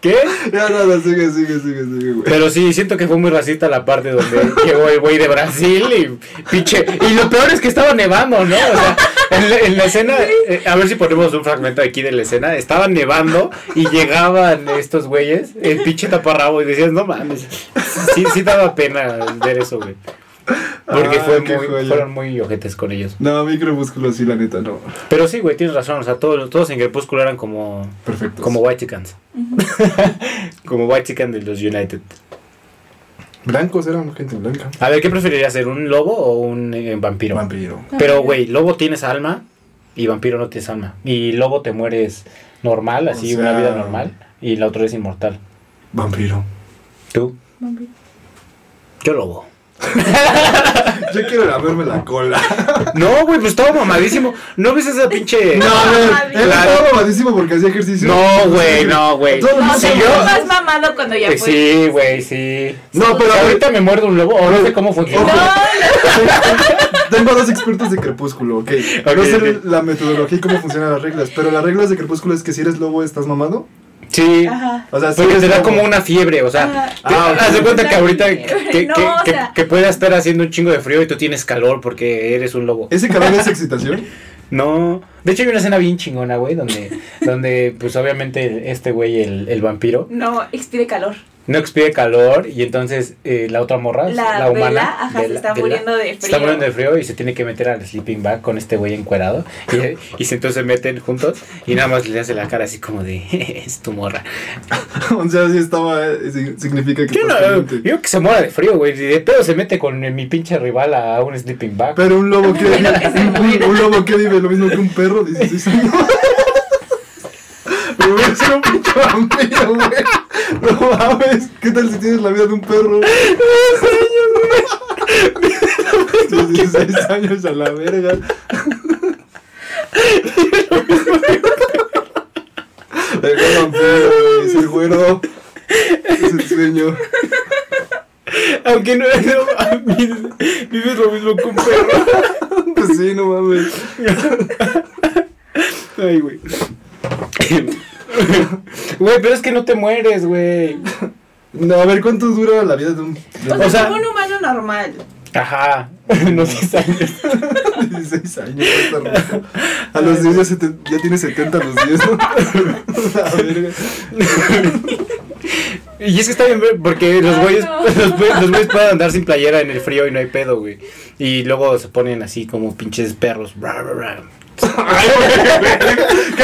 S1: ¿Qué?
S2: Ya nada, sigue, sigue, sigue, sigue, güey.
S1: Pero sí, siento que fue muy racista la parte donde llegó el güey de Brasil y pinche. Y lo peor es que estaba nevando, ¿no? O sea, en la, en la escena, eh, a ver si ponemos un fragmento aquí de la escena, estaba nevando y llegaban estos güeyes, el pinche taparrabo, y decías, no mames. Sí, sí daba pena ver eso, güey. Porque
S2: Ah,
S1: fue
S2: qué
S1: muy,
S2: joya.
S1: fueron muy ojetes con ellos.
S2: No, microbúsculo sí, la neta, no.
S1: Pero sí, güey, tienes razón. O sea, todos, todos en Crepúsculo eran como,
S2: Perfecto.
S1: como White Chickens. como White Chicken de los United.
S2: Blancos eran gente blanca.
S1: A ver, ¿qué preferirías ser? ¿Un lobo o un eh, vampiro?
S2: Vampiro.
S1: Pero, güey, lobo tienes alma y vampiro no tienes alma. Y lobo te mueres normal, así
S2: O
S1: una
S2: sea-
S1: vida normal. Y la otra es inmortal.
S2: Vampiro.
S1: ¿Tú? Yo lobo.
S2: Yo quiero lavarme la cola.
S1: No, güey, pues estaba mamadísimo. ¿No ves esa pinche.?
S2: No, a ver, él
S1: Claro.
S2: estaba mamadísimo porque hacía ejercicio.
S1: No, güey, no, güey.
S2: Todo
S3: No,
S2: Sí,
S1: Si
S3: te
S1: yo-
S3: fue más mamado cuando ya
S1: Eh,
S3: fue.
S1: Sí, güey, sí.
S2: No, pero
S1: Si
S2: a ver,
S1: ahorita me muerde un lobo, o no sé cómo
S3: No,
S1: funciona.
S3: no,
S2: tengo dos expertos de crepúsculo, ok. no
S1: Ok,
S2: sé
S1: ok.
S2: la metodología y cómo funcionan las reglas, pero las reglas de crepúsculo es que si eres lobo estás mamado.
S1: Sí.
S3: Ajá.
S2: O sea, si
S1: Porque
S2: eres
S1: te da
S2: lobo-
S1: como una fiebre, o sea,
S3: Ajá.
S1: te-
S2: Ah, ok.
S1: haz de cuenta
S3: Una
S1: que ahorita que,
S3: fiebre.
S1: que,
S3: No,
S1: que-
S3: o
S1: que-
S3: sea.
S1: que pueda estar haciendo un chingo de frío y tú tienes calor porque eres un lobo.
S2: ¿Ese cabrón es excitación?
S1: No, de hecho hay una escena bien chingona, güey, donde, donde pues obviamente el- este güey, el, el vampiro,
S3: no, expide calor.
S1: no expide calor y entonces eh, la otra morra,
S3: La
S1: la, humana,
S3: Bella, ajá, se está muriendo de
S1: se está
S3: frío.
S1: muriendo de frío y se tiene que meter al sleeping bag con este güey encuerado y, y se entonces se meten juntos y nada más le hace la cara así como de, es tu morra.
S2: O sea, si estaba, eh, sig- significa que
S1: Yo,
S2: estás
S1: no,
S2: caliente.
S1: yo que se muera de frío, güey, y de pedo se mete con eh, mi pinche rival a un sleeping bag.
S2: Pero un lobo que
S3: Bueno, que se
S2: un, un- un lobo que vive lo mismo que un perro, 16 años. Pero voy a ser un pinche vampiro, güey. No mames, ¿qué tal si tienes la vida de un perro? 16 años a la verga. Deja vampiro, güey, ser güero. Es el sueño.
S1: Aunque no, no a mí, vives lo mismo que un perro.
S2: Pues sí, no mames.
S1: Ay, güey. Güey, pero es que no te mueres, güey.
S2: No, a ver, ¿cuánto dura la vida de un... de
S3: O sea,
S1: O sea-
S3: como un humano normal.
S1: Ajá, no sé sale.
S2: 16 años, está rojo. A los 10 ya, se te- ya tiene 70 a los 10, ¿no? La verga.
S1: Y es que está bien, güey, porque los
S3: Ay,
S1: güeyes,
S3: no.
S1: los, güey- los güeyes pueden andar sin playera en el frío y no hay pedo, güey. Y luego se ponen así como pinches perros. bra, bra, bra.
S2: ¿Qué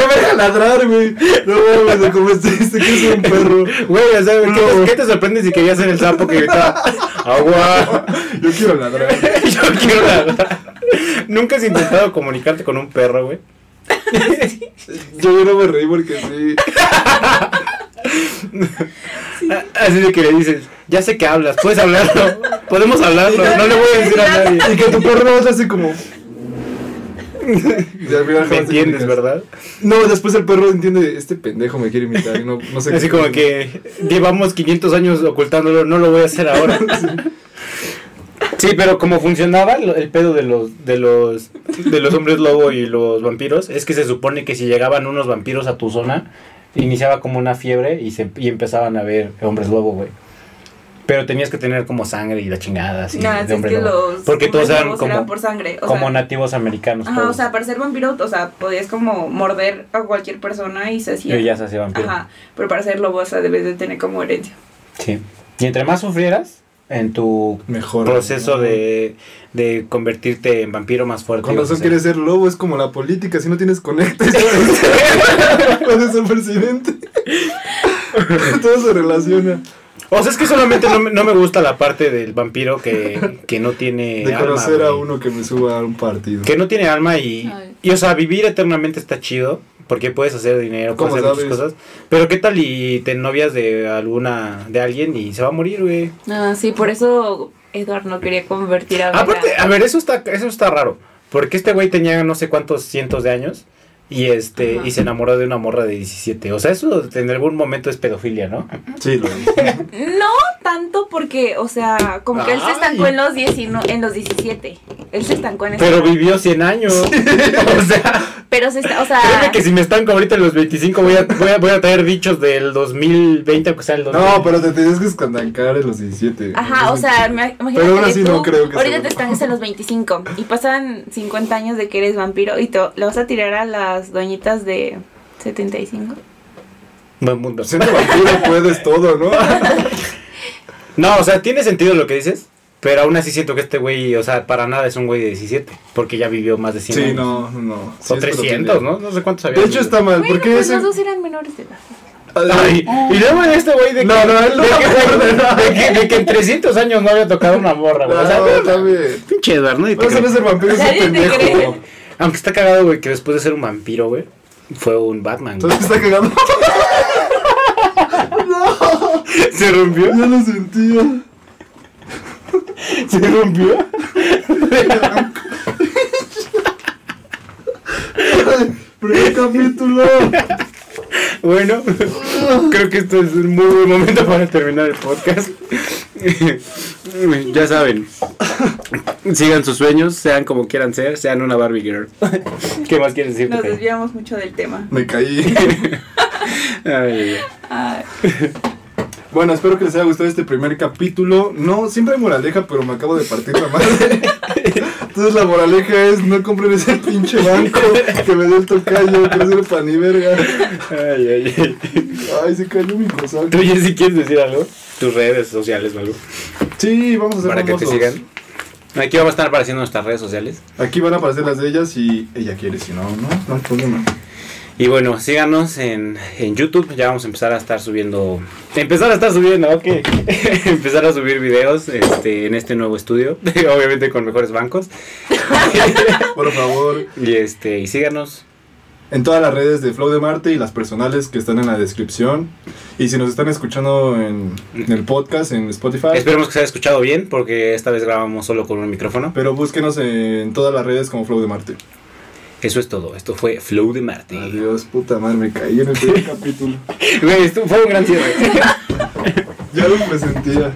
S2: me deja ladrar, güey? No mames, lo convenciste que es un perro.
S1: Güey, o sea, ¿qué, te- qué te sorprende si querías ser el sapo que gritaba agua?
S2: Yo quiero ladrar.
S1: Yo quiero ladrar. Nunca has intentado comunicarte con un perro, güey.
S2: Yo no me reí porque sí.
S1: A- Así de que le dices, ya sé que hablas, puedes hablarlo, podemos hablarlo, no le voy a decir a nadie.
S2: Y que tu perro no hace como. Y al final jamás
S1: ¿Me
S2: te
S1: entiendes,
S2: comunicas.
S1: verdad?
S2: No, después el perro entiende, este pendejo me quiere imitar y no, no sé
S1: Así
S2: qué-
S1: como que llevamos 500 años ocultándolo, no lo voy a hacer ahora. Sí, pero como funcionaba lo- el pedo de los de los de los hombres lobo y los vampiros, es que se supone que si llegaban unos vampiros a tu zona, iniciaba como una fiebre y se y empezaban a ver hombres lobo, güey. Pero tenías que tener como sangre y la chingada así de
S3: Nah, si es
S1: hombre
S3: que
S1: lobo.
S3: los
S1: Porque todos
S3: hombres
S1: eran
S3: lobos
S1: como
S3: eran por sangre. O
S1: como
S3: sea,
S1: nativos americanos
S3: ajá,
S1: todos.
S3: o sea, para ser vampiro, o sea, podías como morder a cualquier persona y se hacía.
S1: y ya se hacía vampiro.
S3: Ajá, pero para ser lobo, o sea, debes de tener como herencia.
S1: Sí. Y entre más sufrieras en tu
S2: Mejor.
S1: proceso
S2: ¿no?
S1: de, de convertirte en vampiro más fuerte.
S2: Con
S1: vas a
S2: razón
S1: ser.
S2: quieres ser lobo, es como la política, si no tienes conectes, puedes ser presidente. Todo se relaciona.
S1: O sea, es que solamente no, me- no me gusta la parte del vampiro que, que no tiene
S2: De conocer
S1: Eh, alma.
S2: a
S1: güey.
S2: uno que me suba a un partido.
S1: Que no tiene alma y,
S3: Ay.
S1: y, o sea, vivir eternamente está chido. Porque puedes hacer dinero, puedes
S2: ¿Cómo
S1: hacer muchas
S2: sabes?
S1: cosas. Pero qué tal y te novias de alguna, de alguien y se va a morir, güey.
S3: Ah, sí, por eso Edward no quería convertir a Bella.
S1: Ah, Aparte, a ver, eso está, eso está raro. Porque este güey tenía no sé cuántos cientos de años y este
S3: Ajá.
S1: y se enamoró de una morra de 17. O sea, eso en algún momento es pedofilia, ¿no?
S2: Sí, lo es.
S3: No tanto porque, o sea, como que él se estancó
S1: Ay.
S3: en los, 19, en los 17. Él se estancó en esa
S1: Pero
S3: edad.
S1: vivió 100 años. O sea,
S3: Pero se está, o
S1: créeme
S3: sea,
S1: que si me estanco ahorita en los 25 voy a, voy a, voy a traer dichos del 2020, aunque sea el 2000.
S2: No, pero te tenías que escandancar en los 17.
S3: ajá, o sea, ima- imagínate
S2: Pero aún
S3: que
S2: así
S3: tú
S2: no creo que
S3: ahorita
S2: sea-
S3: te estancas en los 25 y pasan 50 años de que eres vampiro y te le vas a tirar a las doñitas de 75.
S1: Buen mundo.
S2: Siendo vampiro puedes todo, ¿no?
S1: No, o sea, tiene sentido lo que dices. Pero aún así siento que este güey, o sea, para nada es un güey de 17. Porque ya vivió más de 100
S2: Sí,
S1: años.
S2: no, no. Sí,
S1: O
S2: es
S1: 300, ¿no? No sé cuántos
S2: pedofilia.
S1: había.
S2: De hecho está mal,
S3: Bueno,
S2: porque
S3: pues
S2: ese...
S3: los dos eran menores de edad.
S1: Ay, y luego en este güey de que,
S2: No, no, él no
S1: de,
S2: me acuerdo,
S1: que, de que- de que en 300 años no había tocado una morra, güey. O sea,
S2: No,
S1: no,
S2: también.
S1: pinche Eduardo, nadie te
S2: No, ese
S1: cree.
S2: no es el vampiro, es
S3: Nadie
S2: un
S3: te cree.
S2: pendejo.
S1: Aunque está cagado, güey, que después de ser un vampiro, güey, fue un Batman. güey.
S2: Entonces está cagando.
S1: ¿Se rompió?
S2: Yo lo sentía.
S1: ¿Se rompió?
S2: Primer capítulo.
S1: Bueno, creo que esto es un muy buen momento para terminar el podcast. ya saben, sigan sus sueños, sean como quieran ser, sean una Barbie Girl. ¿Qué más quieres decir?
S3: Nos
S1: Pepe?
S3: desviamos mucho del tema.
S2: Me caí.
S1: Ay,
S2: Ah,
S3: Ay,
S2: Bueno, espero que les haya gustado este primer capítulo. No, siempre hay moraleja, pero me acabo de partir la madre. Entonces la moraleja es no compren ese pinche banco que me dé el tocayo, que no sirve para ni verga.
S1: ay, ay.
S2: Ay, se cayó mi cosa.
S1: ¿Tú, Jessy, quieres decir algo? Tus redes sociales o algo.
S2: Sí, vamos a hacer
S1: Para que te sigan. Aquí vamos a estar apareciendo nuestras redes sociales.
S2: Aquí van a aparecer las de ellas y ella quiere, si no, no, no hay problema.
S1: Y bueno, síganos en, en YouTube. Ya vamos a empezar a estar subiendo. Empezar a estar subiendo, ok. empezar a subir videos este, en este nuevo estudio. Obviamente con mejores bancos.
S2: Por favor.
S1: Y este, y síganos.
S2: en todas las redes de Flow de Marte y las personales que están en la descripción. Y si nos están escuchando en, en el podcast, en Spotify,
S1: Esperemos que se haya escuchado bien, porque esta vez grabamos solo con un micrófono.
S2: pero búsquenos en todas las redes como Flow de Marte.
S1: Eso es todo. Esto fue Flow de Marte.
S2: Adiós, puta madre, me caí en el primer capítulo.
S1: Güey, esto fue un gran cierre.
S2: Ya lo presentía.